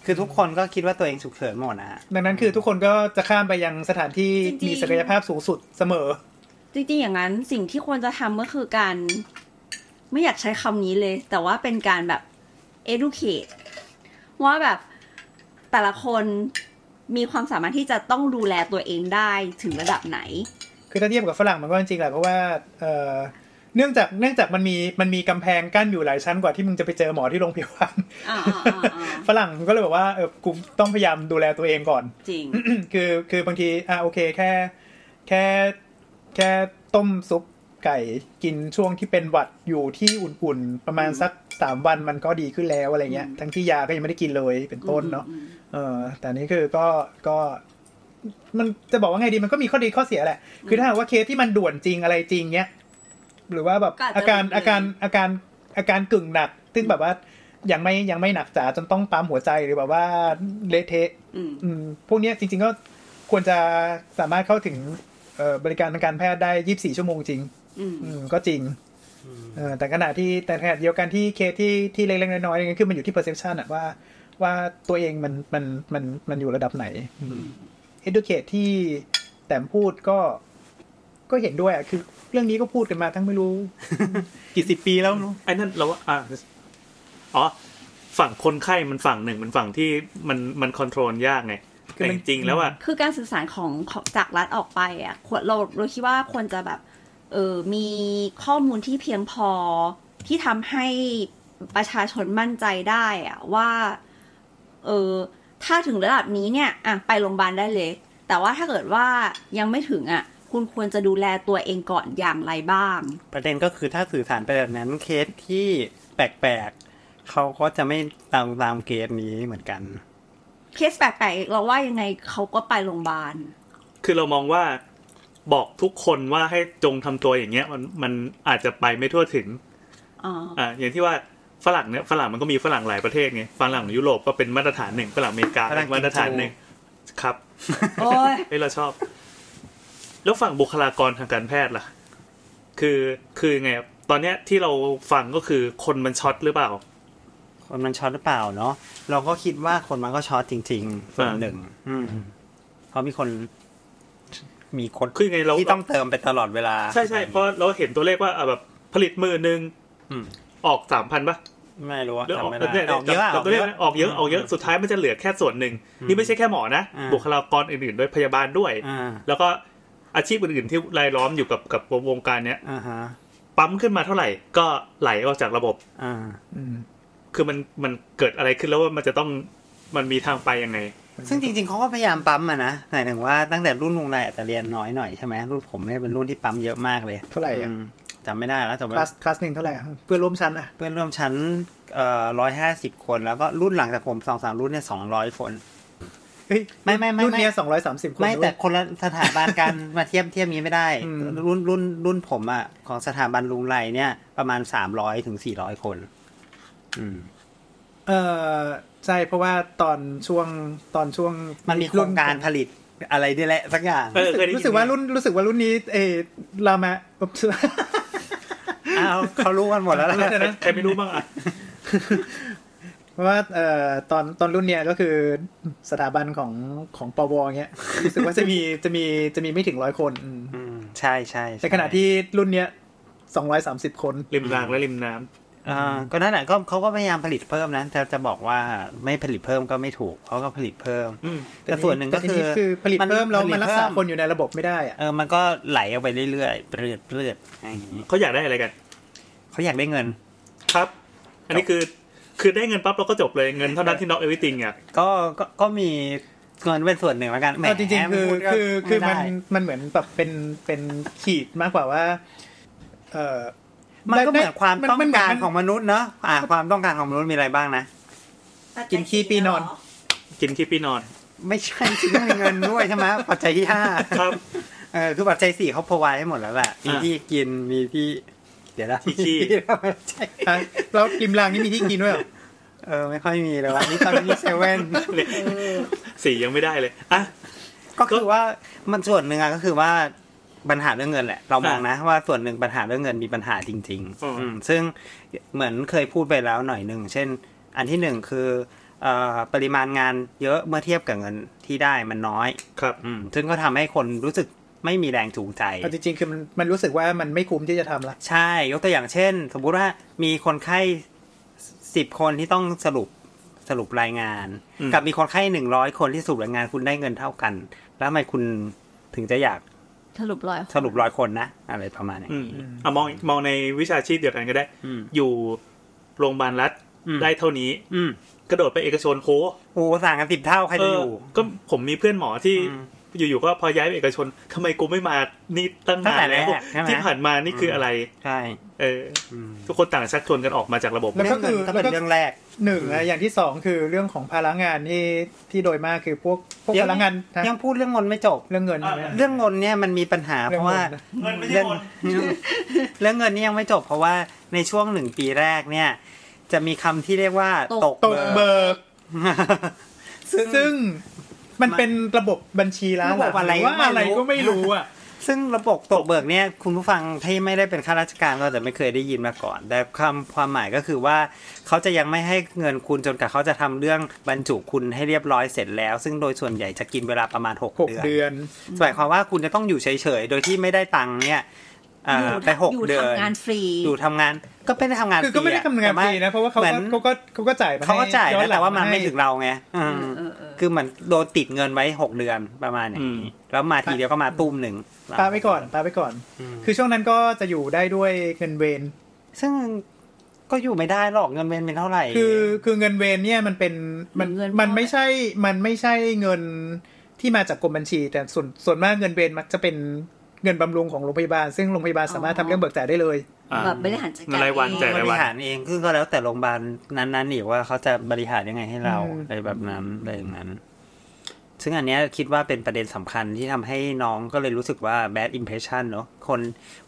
คือทุกคนก็คิดว่าตัวเองฉุกเฉินหมดนะฮะ
ดังนั้นคือทุกคนก็จะข้ามไปยังสถานที่มีศักยภาพสูงสุดเสมอ
จริงๆอย่างนั้นสิ่งที่ควรจะทำก็คือการ ไม่อยากใช้คำนี้เลย แต่ว่าเป็นการแบบ educate ว่าแบบแต่ละคนมีความสามารถที่จะต้องดูแลตัวเองได้ถึงระดับไหน
คือถ้าเทียบกับฝรั่งมันก็จริงๆแหละเพราะว่าเอ่อเนื่องจากเนื่องจากมันมีมันมีกำแพงกั้นอยู่หลายชั้นกว่าที่มึงจะไปเจอหมอที่โรงพยาบาล
อ่าอ่าอ่าอ่า
ฝรั่งก็เลยบอกว่าเออกูต้องพยายามดูแลตัวเองก่อน
จริง
คือคือบางทีอ่ะโอเคแค่แค่แค่ต้มซุปไก่กินช่วงที่เป็นหวัดอยู่ที่อุ่นๆ ประมาณสักสามวันมันก็ดีขึ้นแล้วอะไรเงี้ย
อืม
ทั้งที่ยาก็ยังไม่ได้กินเลยเป็นต้นเนาะ
อืม
เออแต่อันนี้คือก็ก็มันจะบอกว่าไงดีมันก็มีข้อดีข้อเสียแหละ คือถ้าหากว่าเคสที่มันด่วนจริงอะไรจริงเนี้ยหรือว่าแบบอาการอาการอาการอาการกึ่งหนัก ซึ่งแบบว่ายังไม่ยังไม่หนักจ๋าจนต้องปั๊มหัวใจหรือแบบว่าเละเทะ
อืม
อืมพวกเนี้ยจริงๆก็ควรจะสามารถเข้าถึงเอ่อบริการทางการแพทย์ได้ 24 ชั่วโมงจริง
อืม
อืมก็จริงเออแต่ขณะที่แต่ขณะเดียวกันที่เคสที่ที่เล็กๆน้อยๆอย่างเงี้ยคือมันอยู่ที่ perception อะว่าว่าตัวเองมันมันมันมันอยู่ระดับไหน educate ที่แต้มพูดก็ก็เห็นด้วยอะคือเรื่องนี้ก็พูดกันมาทั้งไม่รู้ กี่สิบปีแล้วไม่รู้
ไอ้นั่นเราว่าอ่ะอ๋อ ฝั่งคนไข้มันฝั่งหนึ่งมันฝั่งที่มันมันคอนโทรลยากไง
คื
แต่
อมั
จ
น
ริงๆแล้วอ่ะ
คือการสื่อสารของของจากรัฐออกไปอ่ะควรเราเราคิดว่าควรจะแบบเออมีข้อมูลที่เพียงพอที่ทำให้ประชาชนมั่นใจได้อ่ะว่าเออถ้าถึงระดับนี้เนี่ยอ่ะไปโรงพยาบาลได้เลย แต่ว่าถ้าเกิดว่ายังไม่ถึงอ่ะ คุณควรจะดูแลตัวเองก่อนอย่างไรบ้าง
ประเด็นก็คือถ้าสื่อสารไปแบบนั้นเคสที่แปลกๆเขาก็จะไม่ตามตามเคสนี้เหมือนกัน
เคสแปลกๆเราว่ายังไงเขาก็ไปโรงพยาบาล
คือเรามองว่าบอกทุกคนว่าให้จงทำตัวอย่างเงี้ย มันมันอาจจะไปไม่ทั่วถึง
อ๋อ
อ่าอย่างที่ว่าฝรั่งเนี่ยฝรั่งมันก็มีฝรั่งหลายประเทศไงฝรั่งยุโรปก็เป็นมาตรฐานหนึ่งฝรั่งอเมริกา
ฝรั่ง
เป็นมาตรฐานหนึ่งครับ
โอ้ย
เฮ้ยเราชอบ แล้วฝั่งบุคลากรทางการแพทย์ล่ะ คือคือไงอะตอนเนี้ยที่เราฟังก็คือคนมันช็อตหรือเปล่า
คนมันช็อตหรือเปล่าเนาะเราก็คิดว่าคนมันก็ช็อตจริงๆส่วน
อ่า
หนึ่งอืมเพราะมีคนมีคน
คือไงเรา
ที่ต้องเติมไปตลอดเวลา
ใช่ใช่เพราะเราเห็นตัวเลขว่าอ่ะแบบผลิตมือหนึ่ง
อืม
ออกสามพันปะ
ไม่รู้ว่า
เรื่องออก
จำไม่ได้
เนี่ย
ออกเยอะ
จำจำตัวเลข
ะ
นะออกเยอะออกเยอะสุดท้ายมันจะเหลือแค่ส่วนหนึ่งนี่ไม่ใช่แค่หมอนะ
อ่า
บุคลากรอื่นๆด้วยพยาบาลด้วย
อ่า
แล้วก็อาชีพอื่นๆที่รายล้อมอยู่กับกับวงการเนี้ย
อ่าฮะ
ปั๊มขึ้นมาเท่าไหร่ก็ไหลออกจากระบบ
อ่า
อืม
คือมันมันเกิดอะไรขึ้นแล้วว่ามันจะต้องมันมีทางไปยังไง
ซึ่งจริงๆเขาก็พยายามปั๊มอะนะหมายถึงว่าตั้งแต่รุ่นลุงนายอาจจะเรียนน้อยหน่อยใช่ไหมรุ่นผมเนี่ยเป็นรุ่นที่ปั๊มเยอะมากเลย
เท่าไหร่อะ
อืมจำไม่ได้แล้วแต่
คลา
ว่า
สคลาสหนึ่งเท่าไหร่อะเพื่อนร่วมชั้นอ่ะ
เพื่อนร่วมชั้นร้อยห้าสิบคนแล้วก็รุ่นหลังจากผมสองสามรุ่นเนี่ยสองร้อยคน
เฮ้ย
ไม่ไม่ไม่
รุ่นเนี้ย
ไม่
สองร้อยสามสิบคน
ไม่แต่
ด้วย
คนละสถาบันกัน มาเทียบเทียบนี้ไม่ได้
อืม
รุ่นรุ่นรุ่นผมอ่ะ ของสถาบันลุงไรเนี่ย ประมาณสามร้อยถึงสี่ร้อยคน อืม
เออใช่เพราะว่าตอนช่วงตอนช่วง
มันมีโครงการผลิตอะไรด้วยแหละสักอย่าง
เออเคยได้ยิน
รู้สึกว่ารุ่นรู้สึกว่ารุ่นนี้เออรามะ อุ๊บ
อ้าวเขารู้กันหมดแล้วล่ะ
ใครไม่รู้บ้างอ่ะ
เพราะว่าเอ่อตอนตอนรุ่นเนี้ยก็คือสถาบันของของปวเงี้ยรู้สึกว่าจะมี จะมีจะมีไม่ถึงร้อยคนอืม
อืมใช่ใช่
ในขณะที่รุ่นเนี้ยสองร้อยสามสิบคน
ริมรางและริมน้ำ
เอ่อก็นั่นแหละก็เขาก็พยายามผลิตเพิ่มนะแต่จะบอกว่าไม่ผลิตเพิ่มก็ไม่ถูกเขาก็ผลิตเพิ่ม
อืม
แต่ส่วนหนึ่งก็
แต่ทีคือผลิตเพิ่มแล้วมันรักษาคนอยู่ในระบบไม่ได้อะ
เออมันก็ไหลออกไปเรื่อยๆเรื่อยๆเรื่อยๆอย่างนี้
เขาอยากได้อะไรกัน
เขาอยากได้เงิน
ครับ อันนี้คือ คือได้เงินปั๊บเราก็จบเลยเงินเท่านั้นที่น็อกเอวิติงอ่ะ
ก็ก็ก็มีเงินเป็นส่วนหนึ่งแล้วกันแหม
เอาจริงๆคือ
พูดก็
คือคือ
ไได้
มันมันเหมือนแบบเป็นเป็นขีดมากกว่าว่าเออ
มันก็เหมือนความ
น
ต้อง
นเหมืน
การ
มัน
ของมนุษย์เนาะอ่าความต้องการของมนุษย์มีอะไรบ้างนะ
กินขี้ปีนอน
กินขี้ปีนอน
ไม่ใช่ จริงๆต้องมีเงินด้วยใช่ไหมปัจจัยที่ห้า
ครับ
เออคือปัจจัยสี่เขาพวายให้หมดแล้วแหละมี
อ่ะ
ที่กินมีที่ เดี๋ยวนะ
ที่ขี้
มีที่ไม่ใช่
อ่ะแล้วกิมรางนี่มีที่กินด้วยเหรอ
เออไม่ค่อยมีเลยวะนี่ตอนนี้มีเซเว่น
เนี่ยสี่ยังไม่ได้เลย อ่ะ
ก็คือว่ามันส่วนหนึ่งอะก็คือว่าปัญหาเรื่องเงินแหละ เรามองนะว่าส่วนหนึ่งปัญหาเรื่องเงินมีปัญหาจริง
อืม
ๆอืมซึ่งเหมือนเคยพูดไปแล้วหน่อยหนึ่งเช่น อันที่หนึ่งคือเออปริมาณงานเยอะเมื่อเทียบกับเงินที่ได้มันน้อย
ครับ
อืมซึ่งก็ทำให้คนรู้สึกไม่มีแรงจูงใจ
เอาจริงๆคือมันมันรู้สึกว่ามันไม่คุ้มที่จะทำละ
ใช่ ยกตัวอย่างเช่น สมมุติว่ามีคนไข้สิบคนที่ต้องสรุปสรุปรายงาน
อืม
กับมีคนไข้หนึ่งร้อยคนที่สรุปรายงานคุณได้เงินเท่ากัน แล้วทำไมคุณถึงจะอยาก
สรุปร้อย
สรุปร้อยคนนะ อะไรประมาณเนี้ย
อืมอ่ะมองมองในวิชาชีพเดียวกันก็ได้
อืม
อยู่โรงพยาบาลรัฐ
อืม
ได้เท่านี้
อืม
กระโดดไปเอกชนโค
โอ้สั่างกันสิบเท่าใคร
เอ
จะอ
อยู่ ก็ผมมีเพื่อนหมอที่
อืม
อยู่ๆก็พอย้ายไปเอกชนทำไมกูไม่มานี่ตั้ง
ตั้
นาง
แต่
นแล้ว
แรกใช่ไหม
ที่ผ่านมานี่คืออะไร
ใช่
เออ
อืม
ทุกคนต่างชักชวนกันออกมาจากระบบ
แล้ วก็คือ
เรื่งเงินก็เป็
แล้วน ก็
เรื่องแรก
หนึ่งนะอย่างที่สองคือเรื่องของภาระงานที่ที่โดยมากคือพวกพวก
เดี๋ยว
ภาระงานนะ
ยังพูดเรื่องเงินไม่จบ
เรื่องเงินใช่ไหม
เรื่องเงินเนี่ยมันมีปัญหา
เรื่
เพ
อง
ราะว่า
เงิน
เงินไม่ใช่
เรื่อง
เงิน
เรื่องเงิน นี่ยังไม่จบ เพราะว่าในช่วงหนึ่งปีแรกเนี่ย จะมีคำที่เรียกว่าตก
ตกเบิก
ซึ่ง
ซึ่งมันเป็นระบบบัญชีล้านหลั
ระบบอะไร
หว่าอะไร
ก็
ก็
ไม่
ไม่
รู้
รู้อ่ะ
ซึ่งระบบตกเบิกเนี่ยคุณผู้ฟังที่ไม่ได้เป็นข้าราชการก็จะไม่เคยได้ยินมาก่อน แต่คำความหมายก็คือว่า เขาจะยังไม่ให้เงินคุณจนกว่าเขาจะทำเรื่องบรรจุคุณให้เรียบร้อยเสร็จแล้ว ซึ่งโดยส่วนใหญ่จะกินเวลาประมาณ
ห
6
ก
เดือน
เดือน
หมายความว่าคุณจะต้องอยู่เฉยๆ โดยที่ไม่ได้ตังค์เนี่ยเอ่อไปหก
อยู่
เดือน
ทำงานฟรี
อยู่ทำงานก็ไม่ได้ทำงาน
คือก็ไม่ได้
ฟรีะ
ทำงาน
แต่ว่
ฟรีนะ เพราะว่าเขา
หมื
ก็
อน
เขาก็เขาก็จ่ายมให้
เขาก็จ่าย
อ
นะ
หลั
แต่ว่ามัน
ให้
ไม่ถึงเราไงอืม
เออเออเออ
คือเหมือนโดนติดเงินไว้หกเดือนประมาณอย่างนี้แล้วมาทีเดียวก็มาตุ้มหนึ่ง
ตามไปก่อนตามไปก่อน
อืม
คือช่วงนั้นก็จะอยู่ได้ด้วยเงินเวร
ซึ่งก็อยู่ไม่ได้หรอกเงินเวนเป็นเท่าไหร่
คือคือเงินเวรเนี่ยมันเป็นมัน
เงิน
มันไม่ใช่มันไม่ใช่เงินที่มาจากกรมบัญชี แต่ส่วนส่วนมากเงินเวรมักจะเป็นเงินบำรุงของโรงพยาบาล ซึ่งโรงพยาบาลสามารถทำเรื่องเบิกจ่ายได้เลย
อ่า
แบบบริหารจัดการ
รายวัน
เอง
จ่าย
บ
ราย
ริ
วัน
หารเองคือก็แล้วแต่โรงพยาบาลนั้นๆอีกว่าเขาจะบริหารยังไงให้เรา
อืม
อะไรแบบนั้นอะไรอย่างนั้น ซึ่งอันเนี้ยคิดว่าเป็นประเด็นสำคัญที่ทำให้น้องก็เลยรู้สึกว่า bad impression เนอะคน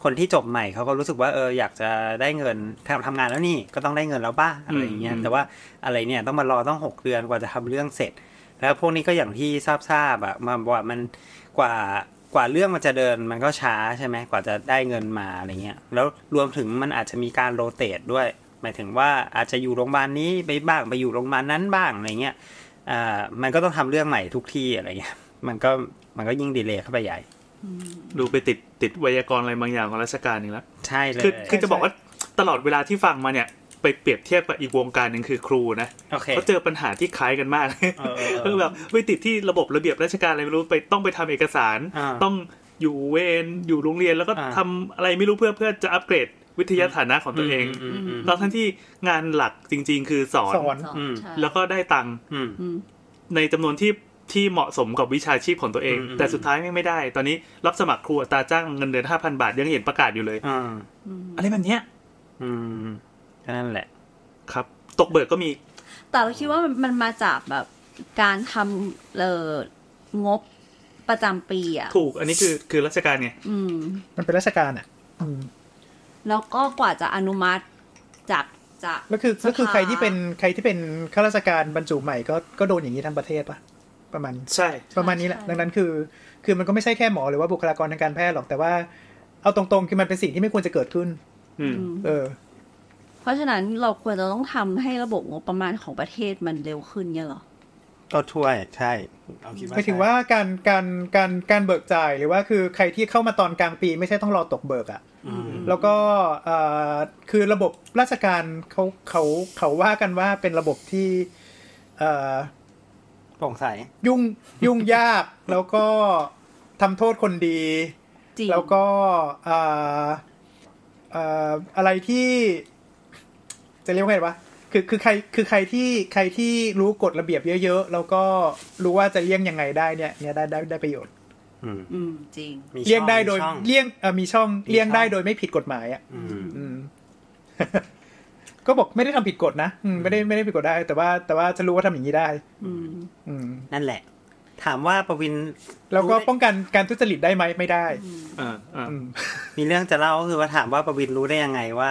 คนที่จบใหม่เขาก็รู้สึกว่าเอออยากจะได้เงินทำทำงานแล้วนี่ก็ต้องได้เงินแล้วป่ะอะไรอย่างเงี้ย
อืม
แต่ว่าอะไรเนี่ยต้องมารอต้องหกเดือนกว่าจะทำเรื่องเสร็จ แล้วพวกนี้ก็อย่างที่ทราบทราบๆอะมาบอกว่ามันกว่ากว่าเรื่องมันจะเดินมันก็ช้าใช่ไหมกว่าจะได้เงินมาอะไรเงี้ยแล้วรวมถึงมันอาจจะมีการโรเตทด้วย หมายถึงว่าอาจจะอยู่โรงพยาบาลนี้ไปบ้างไปอยู่โรงพยาบาลนั้นบ้างอะไรเงี้ยอ่ามันก็ต้องทำเรื่องใหม่ทุกที่อะไรเงี้ยมันก็มันก็ยิ่งดีเลย์เข้าไปใหญ่
ดูไปติดติดไวยากรณ์อะไรบางอย่างของราชการนี่แล้ว
ใช่เลย
คือคือ
ใช่
จะบอกว่าตลอดเวลาที่ฟังมาเนี่ย ไปเปรียบเทียบกับอีกวงการหนึ่งคือครูนะ
โอเค
เขาเจอปัญหาที่คล้ายกันมาก
เออเออเออ
คือแบบไปติดที่ระบบระเบียบราชการอะไรไม่รู้ไปต้องไปทำเอกสาร
อ่า
ต้องอยู่เวรอยู่โรงเรียนแล้วก็
อ่า
ทำอะไรไม่รู้เพื่อเพื่อจะอัปเกรดวิทยาฐานะของตัวเอง
มม
ตอนทั้งที่งานหลักจริง ๆ คือสอน
สอน
สองใช่
แล้วก็ได้ตังค์
อืม
อืม
ในจำนวนที่ที่เหมาะสมกับวิชาชีพของตัวเอง
อืมอืม
แต่สุดท้ายไม่งไม่ได้ ตอนนี้รับสมัครครูอัตราจ้างเงินเดือน5,000 บาทยังเห็นประกาศอยู่เลย
อ่า
อะไรแบบเนี้ย
อืมก็นั่นแหละ
ครับ ตกเบิกก็มี
แต่เราคิดว่ามันมันมาจากแบบการทำเอ่องบประจำปีอ่ะ
ถูก อันนี้คือคือราชการไง
อืม
มันเป็นราชการอ่ะอืม
แล้วก็กว่าจะอนุมัติจากจาก
ก็คือก็คือ
สภา
ใครที่เป็นใครที่เป็นข้าราชการบรรจุใหม่ก็ก็โดนอย่างนี้ทั้งประเทศปะประมาณ
ใช่
ประมาณนี้แหละดังนั้นคือ คือมันก็ไม่ใช่แค่หมอหรือว่าบุคลากรทางการแพทย์หรอกแต่ว่า เอาตรงๆคือมันเป็นสิ่งที่ไม่ควรจะเกิดขึ้น
อืม
อืม
เออ
เพราะฉะนั้นเราควรจะต้องทำให้ระบบงบประมาณของประเทศมันเร็วขึ้นเนี่ยเหรอ
ก็ช่วยใช่เราคิดว่า
หมายถึงว่าการการการการเบิกจ่ายหรือว่าคือใครที่เข้ามาตอนกลางปีไม่ใช่ต้องรอตกเบิกอะ
อืม
แล้วก็เอ่อคือระบบราชการเขาเขาเขาว่ากันว่าเป็นระบบที่เอ่อ
โปร่งใส
ยุ่งยุ่งยาก แล้วก็ทำโทษคนดี
จริง
แล้วก็เอ่อเอ่ออะไรที่จะเรียกว่าไงวะคือคือใครคือใครที่ใครที่รู้กฎระเบียบเยอะ ๆ แล้วก็รู้ว่าจะเลี่ยงยังไงได้เนี่ยเนี่ยได้ได้ได้ประโยชน์
อืม
อืมจริง
มีช่อง
เลี่ยงได้โดย
มีช่อง
เลี่ยงเอ่อมีช่อง
มี
เลี่ยงได้
ช่อง
โดยไม่ผิดกฎหมายอ่ะ
อืม
อืม ก็บอกไม่ได้ทำผิดกฎนะอืมไม่ได้ไม่ได้ผิดกฎได้ แต่ว่าแต่ว่าจะรู้ว่าทำอย่างนี้ได้
อืม
อืม
นั่นแหละ ถามว่าประวิน
แล้วก็
รู้ได้
ป้องกันการทุจริตได้ไหมไม่ได้
อ่าอ่า
อืม
มีเรื่องจะเล่าก็คือว่าถามว่าประวินรู้ได้ยังไงว่า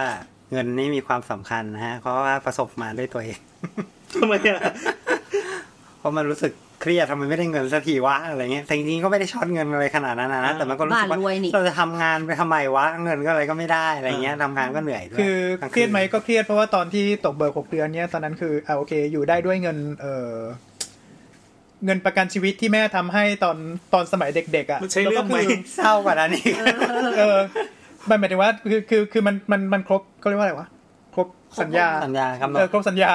เงินนี่มีความสำคัญนะฮะ เพราะว่าประสบมาด้วยตัวเอง
ทำไมอ่ะ
เพราะมันรู้สึกเครียดทำไมไม่ได้เงินสักทีวะอะไรเงี้ยแต่จริงๆก็ไม่ได้ช็อตเงินอะไรขนาดนั้นนะแต่มันก็รู้สึกว่า
บ้านรวยนี่
เราจะทำงานไปทำไมวะเงินก็อะไรก็ไม่ได้อะไรเงี้ยทำงานก็เหนื่อยด้วย
คือก
ลางน
เครียดไหมก็เครียดเพราะว่าตอนที่ตกเบิกหกเดือนเนี้ยตอนนั้นคืออ่าโอเค อยู่ได้ด้วยเงิน เออเงินประกันชีวิตที่แม่ทำให้ตอนตอนสมัยเด็ก ๆ อ่ะ
มันใช่เรื่องไหม
แล้วก็คื
เศร้ากว่านั้นอีก
เออมันหมายถึงว่าคือคือคือมันมันมันครบก็เรียกว่าอะไรวะครบสัญญา
สัญญากำหน
เออ
ด
ครบสัญญา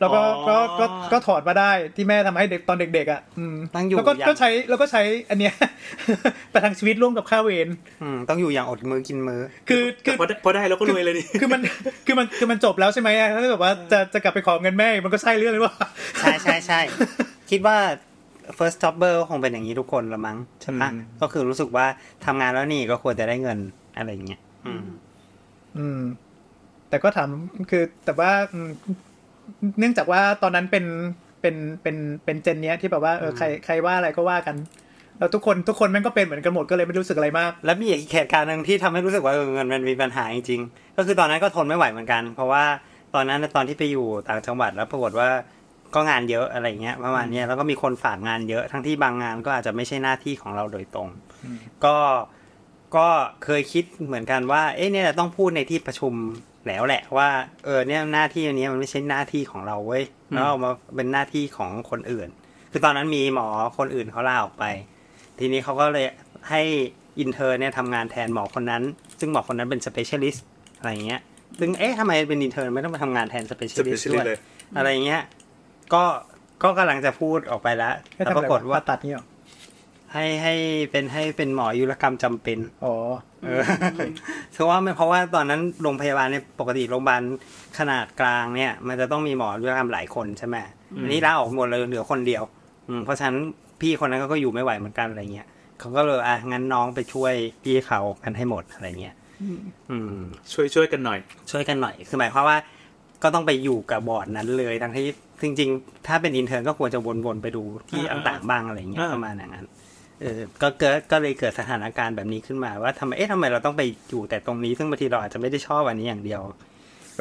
แล้วก็
อ๋
ก็
อ
ก็ก็ถอดมาได้ที่แม่ทำให้เด็กตอนเด็กๆอ่ะอืม
ตั้งอยู่
แล้วก็
อย่าง
ก็ใช้แล้วก็ใช้อันเนี้ย ประทังชีวิตร่วมกับค่าเวร
อืมต้องอยู่อย่างอดมือกินมือ
คือ คือ
พอได้พอได้เราก็รวยเลยดิ
คือมันคือมันคือมันจบแล้วใช่ไหมอะถ้าแบบว่าจะจะกลับไปขอเงินแม่อีกมันก็ใช่เรื่องหรือเปล่า
ใช่ใช่ใช่ คิดว่า first jobber คงเป็นอย่างนี้ทุกคนละมั้งใช่ปะ
อืม
ก็คือรู้สึกว่าทำงานแล้วนี่ก็ควรจะได้เงินอะไรอย่างเงี้ยอืม
อืม แต่ก็ถามคือแต่ว่าอืมเนื่องจากว่าตอนนั้นเป็นเป็นเป็นเป็นเจนเนี้ยที่แบบว่าเออใครใครว่าอะไรก็ว่ากันแล้วทุกคนทุกคนแม่งก็เป็นเหมือนกันหมดก็เลยไม่รู้สึกอะไรมาก
แล้วมีอีกเหตุการณ์หนึ่งที่ทำให้รู้สึกว่าเออเงินมันมีปัญหาจริงๆ ก็คือตอนนั้นก็ทนไม่ไหวเหมือนกัน เพราะว่าตอนนั้นน่ะตอนที่ไปอยู่ต่างจังหวัดแล้วปรากฏว่าก็งานเยอะอะไรเงี้ยประมาณเนี้ยแล้วก็มีคนฝากงานเยอะทั้งที่บางงานก็อาจจะไม่ใช่หน้าที่ของเราโดยตรง ก็ก็เคยคิดเหมือนกันว่าเอ๊ะเนี่ยต้องพูดในที่ประชุมแล้วแหละว่าเออเนี่ยหน้าที่อันเนี้ยมันไม่ใช่หน้าที่ของเราเว้ยแล้วเอามาเป็นหน้าที่ของคนอื่น คือตอนนั้นมีหมอคนอื่นเขาลาออกไป ทีนี้เขาก็เลยให้อินเทอร์เนี่ยทำงานแทนหมอคนนั้น ซึ่งหมอคนนั้นเป็นสเปเชียลิสต์อะไรอย่างเงี้ย ซึ่งเอ๊ะทำไมเป็นอินเทอร์ไม่ต้องมาทำงานแทนสเปเชีย
จะ
ลิ
เป็น
สต์
ชิ
ด้
ลิ
วย
เลย
อะไรอย่างเงี้ย ก็ก็กำลังจะพูดออกไปแล้ว
ให้
แต่ป
ทำอะไร
รากฏว่า
ผ่ตัดเนี่ยหรอ
ให้ให้เป็นให้เป็นหมออายุรกรรมจำเป็น
อ๋อ
เออเพราะว่ามันเพราะว่าตอนนั้นโรงพยาบาลเนี่ยปกติโรงพยาบาลขนาดกลางเนี่ย มันจะต้องมีหมอด้วยกันหลายคนใช่ไหมอันนี้ลาออกหมดเลยเหลือคนเดียว อืมเพราะฉะนั้นพี่คนนั้นก็อยู่ไม่ไหวเหมือนกันอะไรเงี้ยเขาก็เลยอ่ะงั้นน้องไปช่วยพี่เขากันให้หมดอะไรเงี้ยอืม
ช่วยช่วยกันหน่อย
ช่วยกันหน่อย คือหมายความว่าก็ต้องไปอยู่กับบอร์ดนั้นเลย ทั้งที่จริงๆ ถ้าเป็นอินเทอร์ก็ควรจะวนๆ ไปดูที่
อ่า
ต่างๆบ้างอะไรเงี้ย
อ่า
ประมาณอย่างนั้น เออ ก็เกิดก็เลยเกิดสถานการณ์แบบนี้ขึ้นมาว่าทำไม เอ๊ะทำไมเราต้องไปอยู่แต่ตรงนี้ ซึ่งบางทีเราอาจจะไม่ได้ชอบอันนี้อย่างเดียว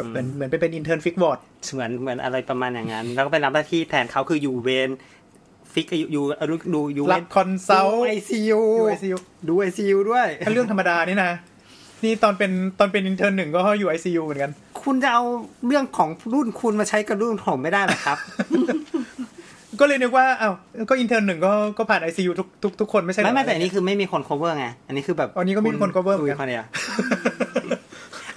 เหมือนเหมือนไปเป็นอินเทอร์นฟิกบอร์ด
เหมือนเหมือนอะไรประมาณอย่างนั้น แล้วก็ไปรับหน้าที่แทนเขาคืออยู่เวรฟิกอยู่อยู่ดูอยู่
รับคอนซัลท์
ไอซียู
อยู่ไอซียู
ดูไอซียูด้วย
เรื่องธรรมดานี่นะ นี่ตอนเป็นตอนเป็นอินเทอร์หนึ่งก็อยู่ไอซียูเหมือนกัน
คุณจะเอาเรื่องของรุ่นคุณมาใช้กับรุ่นผมไม่ได้หรอครับ
ก็เลยนึกว่าอ้าวก็อินเทอร์หนึ่งก็ก็ผ่านไอซียูทุกทุกทุกคนไม่ใช่เหรอ
ไม่ไม่แต่อันนี้คือไม่มีคน cover ไง อันนี้คือแบบ
อันนี้ก็ไม่มีคน cover เหมื
คุ
อ
ย
นกัน
คนเดียว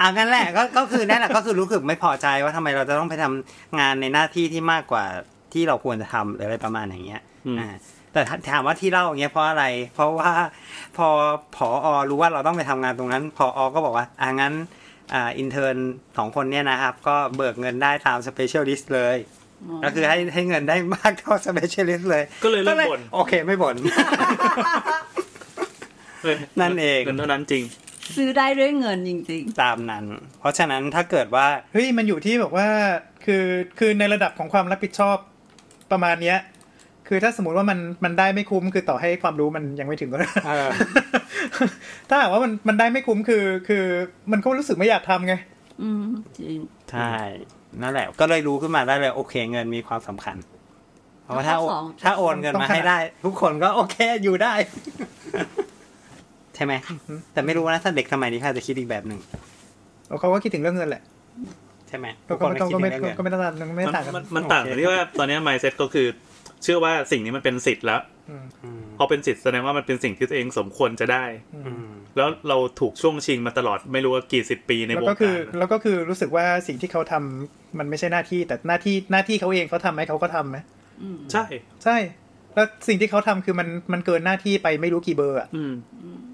อ่ะงั้นแหละก็ก็คือนั่นแหละก็คือรู้สึกไม่พอใจว่าทำไมเราจะต้องไปทำงานในหน้าที่ที่มากกว่าที่เราควรจะทำหรืออะไรประมาณอย่างเงี้ย
อืม
อ่าแต่ถ้าถามว่าที่เล่าอย่างเงี้ยเพราะอะไร เพราะว่าพอพออรู้ว่าเราต้องไปทำงานตรงนั้นพออก็บอกว่าอ่ะงั้นอ่าอินเทอร์สองคนเนี่ยนะครับ ก็เบิกเงินได้ตามสเปเชียลิสต์เลย ก็คือให้ให้เงินได้มากเท่าสเปเชียลิสต์เลย
ก็เลยเลิกบ่น
โอเคไม่บ่น
เลย
นั่นเอง
เงินเท่านั้นจริง
ซื้อได้ด้วยเงินจริง
ตามนั้น เพราะฉะนั้นถ้าเกิดว่า
เฮ้ยมันอยู่ที่แบบว่าคือคือในระดับของความรับผิดชอบประมาณเนี้ย คือถ้าสมมติว่ามันมันได้ไม่คุ้มคือต่อให้ความรู้มันยังไม่ถึงก็ ได้
เออ
ถ้าหากว่ามันมันได้ไม่คุ้มคือคือมันก็รู้สึกไม่อยากทำไง
ๆ อืมจริง
ใช่นั่นแหละ ก็เลยรู้ขึ้นมาได้เลยโอเคเงินมีความสำคัญ เพราะว่าถ้า
ข้อสอง
ถ้าโอนเงินมาให้ได้ ทุกคนก็โอเคอยู่ได้ ใช่ไหม แต่ไม่รู้นะถ้าเด็กสมัยนี้เขาอาจจะคิดอีกแบบหนึ่ง
เขาก็คิดถึงเรื่องเงินแหละ
ใช่ไหมทุ
ก็
กคน
ไม่ต้อง
คิดถึง
ก็ไม่
เรื่องเงิน
ก็ไม่ต่างกัน
มั
ไม่
น
ต่างกัน
มันมันต่างกันที่ว่าตอนเนี้ย mindset ก็คือ เชื่อว่าสิ่งนี้มันเป็นสิทธิ์แล้ว
อืม
อืม
พอเป็นสิทธิ์แสดงว่ามันเป็นสิ่งที่ตัวเองสมควรจะได้
อืม
แล้วเราถูกช่วงชิงมาตลอดไม่รู้ว่ากี่สิบปีใน
แล้ว
วง
ก็คื
กา
อ
ร
แล้วก็คือรู้สึกว่าสิ่งที่เขาทำมันไม่ใช่หน้าที่แต่หน้าที่หน้าที่เขาเองเขาทำไหมเขาก็ทำไหม
อืม
ใช่
ใช่ แล้วสิ่งที่เขาทำคือมันมันเกินหน้าที่ไปไม่รู้กี่เบอร์อ่ะ
อืม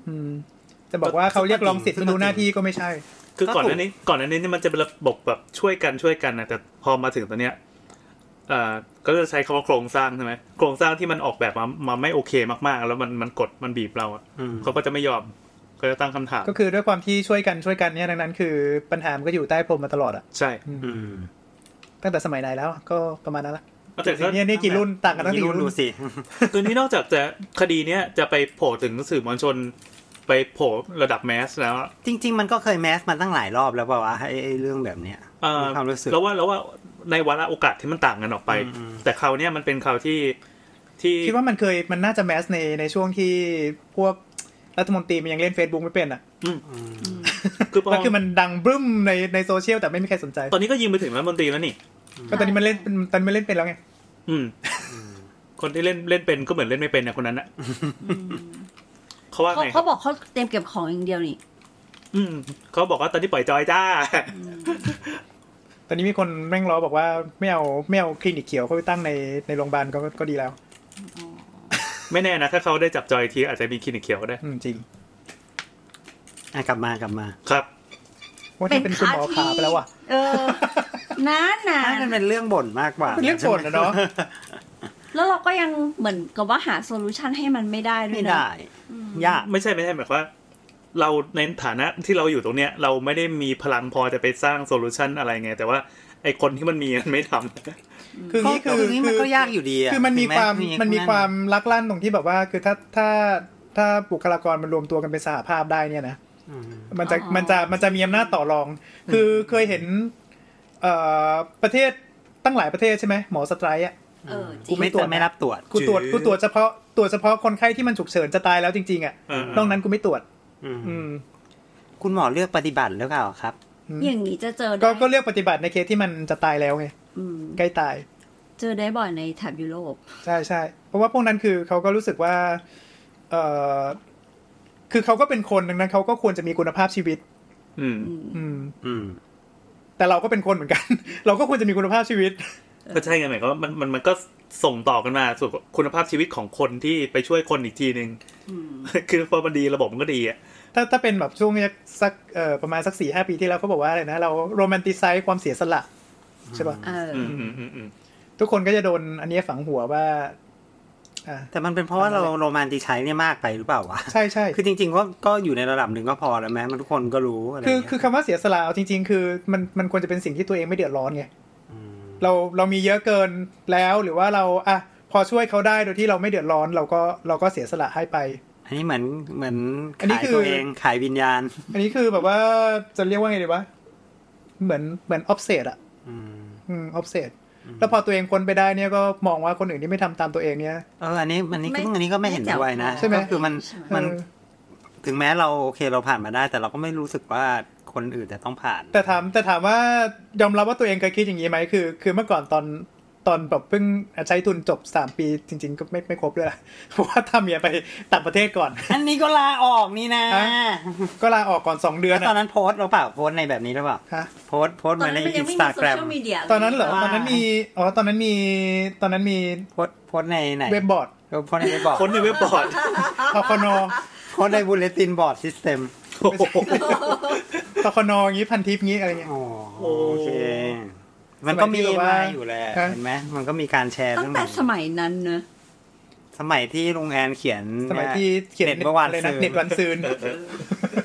อืมจะบอกว่าเขาเรียกร้องสิทธิ์ไม่รู้หน้าที่ก็ไม่ใช่
คือก่อนหน้านี้ก่อนหน้านี้เนี่ยมันจะเป็นระบบแบบช่วยกันช่วยกันนะแต่พอมาถึงตัวเนี้ยเอ่อก็จะใช้คำว่าโครงสร้างใช่ไหมโครงสร้างที่มันออกแบบมามาไม่โอเคมากๆ แล้วมันมันกดมันบีบเราอะ
อืม
เขาก็จะไม่ยอมเขาจะตั้งคำถาม
ก็คือด้วยความที่ช่วยกันช่วยกันเนี่ยดังนั้นคือปัญหามันก็อยู่ใต้พรมมาตลอดอ่ะ
ใช่
อืม
ตั้งแต่สมัยไหนแล้ว ก็ประมาณนั้นละ
แต่ก็
เนี่ยนี่กี่รุ่นต่างกันตั้งกี่
มี
รุ่น
ดูสิ
คือนี้นอกจากจะคดีเนี้ยจะไปโผล่ถึงสื่อมวลชน ไปโผล่ระดับแมสแล้วอะ
จริง ๆ มันก็เคยแมสมาตั้งหลายรอบแล้วเปล่าวะไอ้ไอ้เรื่องแบบเนี้ย
เอ่อ
มีความรู้สึก
แล้วว่าแล้วว่าในวาระโอกาสที่มันต่างกันออกไป
อืม
แต่คราวเนี้ยมันเป็นคราวที่ที่
คิดว่ามันเคยมันน่าจะแมสในในช่วงที่พวกรัฐมนตรีมันยังเล่น Facebook ไม่เป็นอ่ะ
คือพอ
ก็คือมันดังบึ้มในในโซเชียลแต่ไม่มีใครสนใจ
ตอนนี้ก็ยิงไปถึงรัฐมนตรีแล้วนี่
ก็ตอนนี้มันเล่นตอนนี้มันเล่นเป็นแล้วไง
อืม คนที่เล่นเล่นเป็นก็เหมือนเล่นไม่เป็นนะคนนั้นนะเขาว่า
เขา
ไงครั
เขา
บ
บอกเขาเตรียมเก็บของอย่างเดียวนี่
อืมเขาบอกว่าตอนนี้ปล่อยจอยจ้า
ตอนนี้มีคนแม่งล้อบอกว่าไม่เอาไม่เอาคลินิกเขียวเข้าไปตั้งในในโรงพยาบาลก็ก็ดีแล้ว
ไม่แน่นะถ้าเขาได้จับจอยทีอาจจะมีคลินิกเขียวก็ได้
อืมจริง
อ่ะกลับมากลับมา
ครับ
ว่าถ้าเป็นคุณหมอขาไปแล้วอ่ะ
เออ นานนา
อ่ะ
น
มันเป็นเรื่องบ่นมากกว่า
เป็นเรื่องบ่นอะเนาะ
แล้วเราก็ยังเหมือนกับว่าหาโซลูชันให้มันไม่ได้ด้ว
ไม่
ยนะ
ได้ยาก
ไม่ใช่ไม่ใช่หมายความว่า เราในฐานะที่เราอยู่ตรงเนี้ย เราไม่ได้มีพลังพอจะไปสร้างโซลูชันอะไรไง แต่ว่าไอคนที่มันมีมันไม่ท
คือนี่คือ
ตรงนี้มันก็ยากอยู่ดีะ
คือมันมี
ถึงแ
ความมันมีความ
นั่น
ลักลั่นตรงที่แบบว่าคือถ้าถ้าถ้าบุคลากรมันรวมตัวกันเป็นสหภาพได้เนี่ยนะ
อืม
มันจะมันจะมันจะมีอำนาจต่อรอง คือเคยเห็นเอ่อประเทศตั้งหลายประเทศใช่ไหมหมอสไตรค์อ่ะ
เออจ
กู
ริง
ไม่
ต
ต
ร
ร
ว
ว
จ
จไม่รับตรวจ
กูตรวจกูตรวจเฉพาะตรวจเฉพาะคนไข้ที่มันฉุกเฉินจะตายแล้วจริงๆอ่ะ
ำเออน
อกนั้นกูไม่ตรวจ
อืม
อืม
คุณหมอเลือกปฏิบัติหรือเปล่าครับ
อย่างนี้จะเจอ
ก็
ได้
ก็เลือกปฏิบัติในเคสที่มันจะตายแล้วไง
อืม
ใกล้ตาย
เจอได้บ่อยในแถบยุโรป
ใช่ใช่เพราะว่าพวกนั้นคือเขาก็รู้สึกว่าเออคือเขาก็เป็นคนดังนั้นเขาก็ควรจะมีคุณภาพชีวิต
อืม
อืม
อืม
แต่เราก็เป็นคนเหมือนกัน เราก็ควรจะมีคุณภาพชีวิต
ก็ใช่ไงหมายความว่ามันมันมันก็ส่งต่อกันมาสู่คุณภาพชีวิตของคนที่ไปช่วยคนอีกทีหนึ่ง
อืม
คือพอมันดีระบบมันก็ดีอ่ะ
ถ้าถ้าเป็นแบบช่วงเนี้ยสักเอ่อประมาณสักสี่ห้าปีที่แล้วเขาบอกว่าอะไรนะ เราโรแมนติไซ z ์ความเสียสละ ใช่ปะ
เออ
อืมอืมอืมอืม
ทุกคนก็จะโดนอันเนี้ยฝังหัวว่าอ่า
แต่มันเป็นเพราะว่าเราโรแมนติใช้เนี่ยมากไปหรือเปล่าวะ
ใช่ใช่
คือจริงๆก็ก็อยู่ในระดับหนึ่งก็พอแล้วแม้มันทุกคนก็รู้อะไร
คือ
เงี้ย
คือคำว่าเสียสละเอาจริง ๆ คือมันมันควรจะเป็นสิ่งที่ตัวเองไม่เดือดร้อนไง
ม
เราเรามีเยอะเกินแล้วหรือว่าเราอ่ะพอช่วยเขาได้โดยที่เราไม่เดือดร้อน เราก็เราก็เสียสละให้ไป
อันนี้เหมือนเหมือน
อันนี้
ขาย
คือ
ตัวเองขายวิญญาณ
อันนี้คือแบบว่าจะเรียกว่าไงดีวะเหมือนเหมือนออฟเซตอะ
อืม
อืมออฟเซตแล้วพอตัวเองคนไปได้เนี่ยก็มองว่าคนอื่นที่ไม่ทำตามตัวเองเนี่ย
เอออันนี้อันนี้ก็อันนี้ก็ไม่เห็นด้วยนะ
ใช่ไหม
ก็คือมัน
ใช่ไหม
มัน
เออ
ถึงแม้เราโอเคเราผ่านมาได้ แต่เราก็ไม่รู้สึกว่าคนอื่นจะต้องผ่าน
แต่ถามแต่ถามว่ายอมรับว่าตัวเองเคยคิดอย่างนี้ไหมคือ คือเมื่อก่อนตอนตอนแบบเพิ่งใช้ทุนจบสามปีจริง ๆ ก็ไม่ไม่ครบด้วยล่ะ เพราะว่าทำเมียไปต่างประเทศก่อน
อันนี้ก็ลาออกนี่นะ
ฮะ ก็ลาออกก่อนสองเดือน
แล้วตอน
อะ
นั้นโพสต์หรือเปล่าโพสต์ในแบบนี้หรือเปล่า
ฮะ
โพสต์โพส
ตอ
ต์
น
มา
นั้น
ใน
มันยั
อิ
ง
น
ไม่มี
สตา
โซ
แกรม
เชียลมีเดีย
ตอนนั้นเหรอ
ว่า
ตอนนั้นมีอ๋อตอนนั้นมีตอนนั้นมี
โพสต์โพสต์ในไหน
เว็บบอร์ด
เออโพสต์ในเว็บบอร์ด
คนในเว็บบอร์ด
ทคโน
โพสต์ในบูลเลตินบอร์ดซิสเต็ม
ทคโนอย่างนี้พันทิปงี้อะไรเงี้ย
โ
โอ้
อเค มันก็มี
สมัยที่แบบ
มา
ว่า
อยู่แหละ
ฮะ
เห็นไหมมันก็มีการแชร์
ตั้
เรื่
ง
อง
แต่
แบบนี้
สมัยนั้นเนอะ
สมัยที่ลุงแอนเขียน
สมัยที่เขียน
เน็ตเมื่อวาน
อะไรนะเน็ตวันซืน
ซื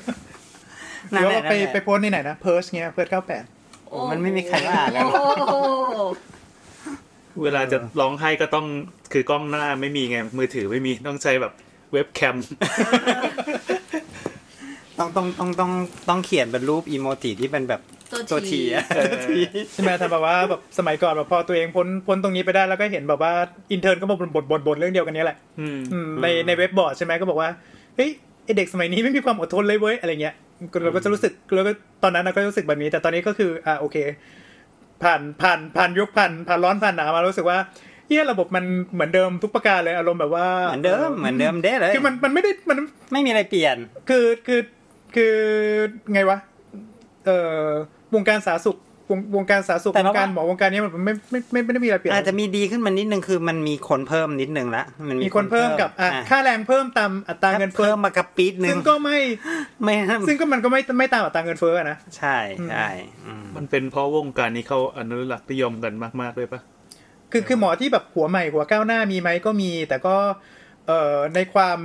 นนั่น
แล้ว
แห
ก็
ละ
ไป
นั่นแหละ
ไปโพสต์ในไหนนะเพิร์ชเงี้ยเพิร์ชเก้าแปด
โอ้มันไม่มีใครว่ากัน
โอ้โห
เวลาจะร้องไห้ก็ต้องคือกล้องหน้าไม่มีไง มือถือไม่มีต้องใช้แบบเว็บแคม
ต้องต้องต้องต้องต้องเขียนเป็นรูปอีโมจิที่เป็นแบบ
ตั
ตัว ว
ที
ทีอะ
เออ
ตัวที
ใช่ไหมแต่แบบว่าแบบสมัยก่อนแบบพอตัวเองพ้นพ้นตรงนี้ไปได้แล้วก็เห็นแบบว่าอินเทอร์นก็มาบ่นบ่นบ่นบ่นเรื่องเดียวกันเนี้แหละ
อืม
อืมในในเว็บบอร์ดใช่ไหมก็บอกว่าเฮ้ยไอ้เด็กสมัยนี้ไม่มีความอดทนเลยเว้ยอะไรเงี้ยเราก็จะรู้สึกเราก็ตอนนั้นเราก็รู้สึกแบบนี้ แต่ตอนนี้ก็คืออ่าโอเค ผ่านผ่านผ่านยุคผ่านผ่านร้อนผ่านหนาวมารู้สึกว่า เฮียระบบมันเหมือนเดิมทุกประการเลยอารมณ์แบบว่า
เหมือนเดิมเหมือนเดิมเด้เลย
คือมันมันไม่ได้มัน
ไม่มีอะไรเปลี่ยน
คือคือคือไงวะ เอ่อวงการสาธารณสุขวงวงการสาธารณสุข
แต่
ว
ว่าง
การ
ว่า
หมอวงการเนี้ยมันไม่ไม่ไม่ไม่ได้มีอะไรเปลี่ยน
อาจจะมีดีขึ้นมานิดนึงคือมันมีคนเพิ่มนิดนึงละมัน
มีคนเพิ่มกับอ่ะ
อ่ะ
ค่าแรงเพิ่มตามอัตรา
เงิ
เงิ
น
นเฟ้
เพิ่
อ
มมากระปีดนึ
ซึ่
ง
งก็ไม่
ไม่
ซึ่งก็มันก็ไม่ไม่ตามอัตราเงินเฟ้ออะนะ
ใช่ใช่อืม
มันเป็นเพราะวงการนี้เขาอนุรักษ์นิยมกันมากๆเลยปะ
คือคือหมอที่แบบหัวใหม่หัวก้าวหน้ามีไหมก็มี แต่ก็เอ่อในความ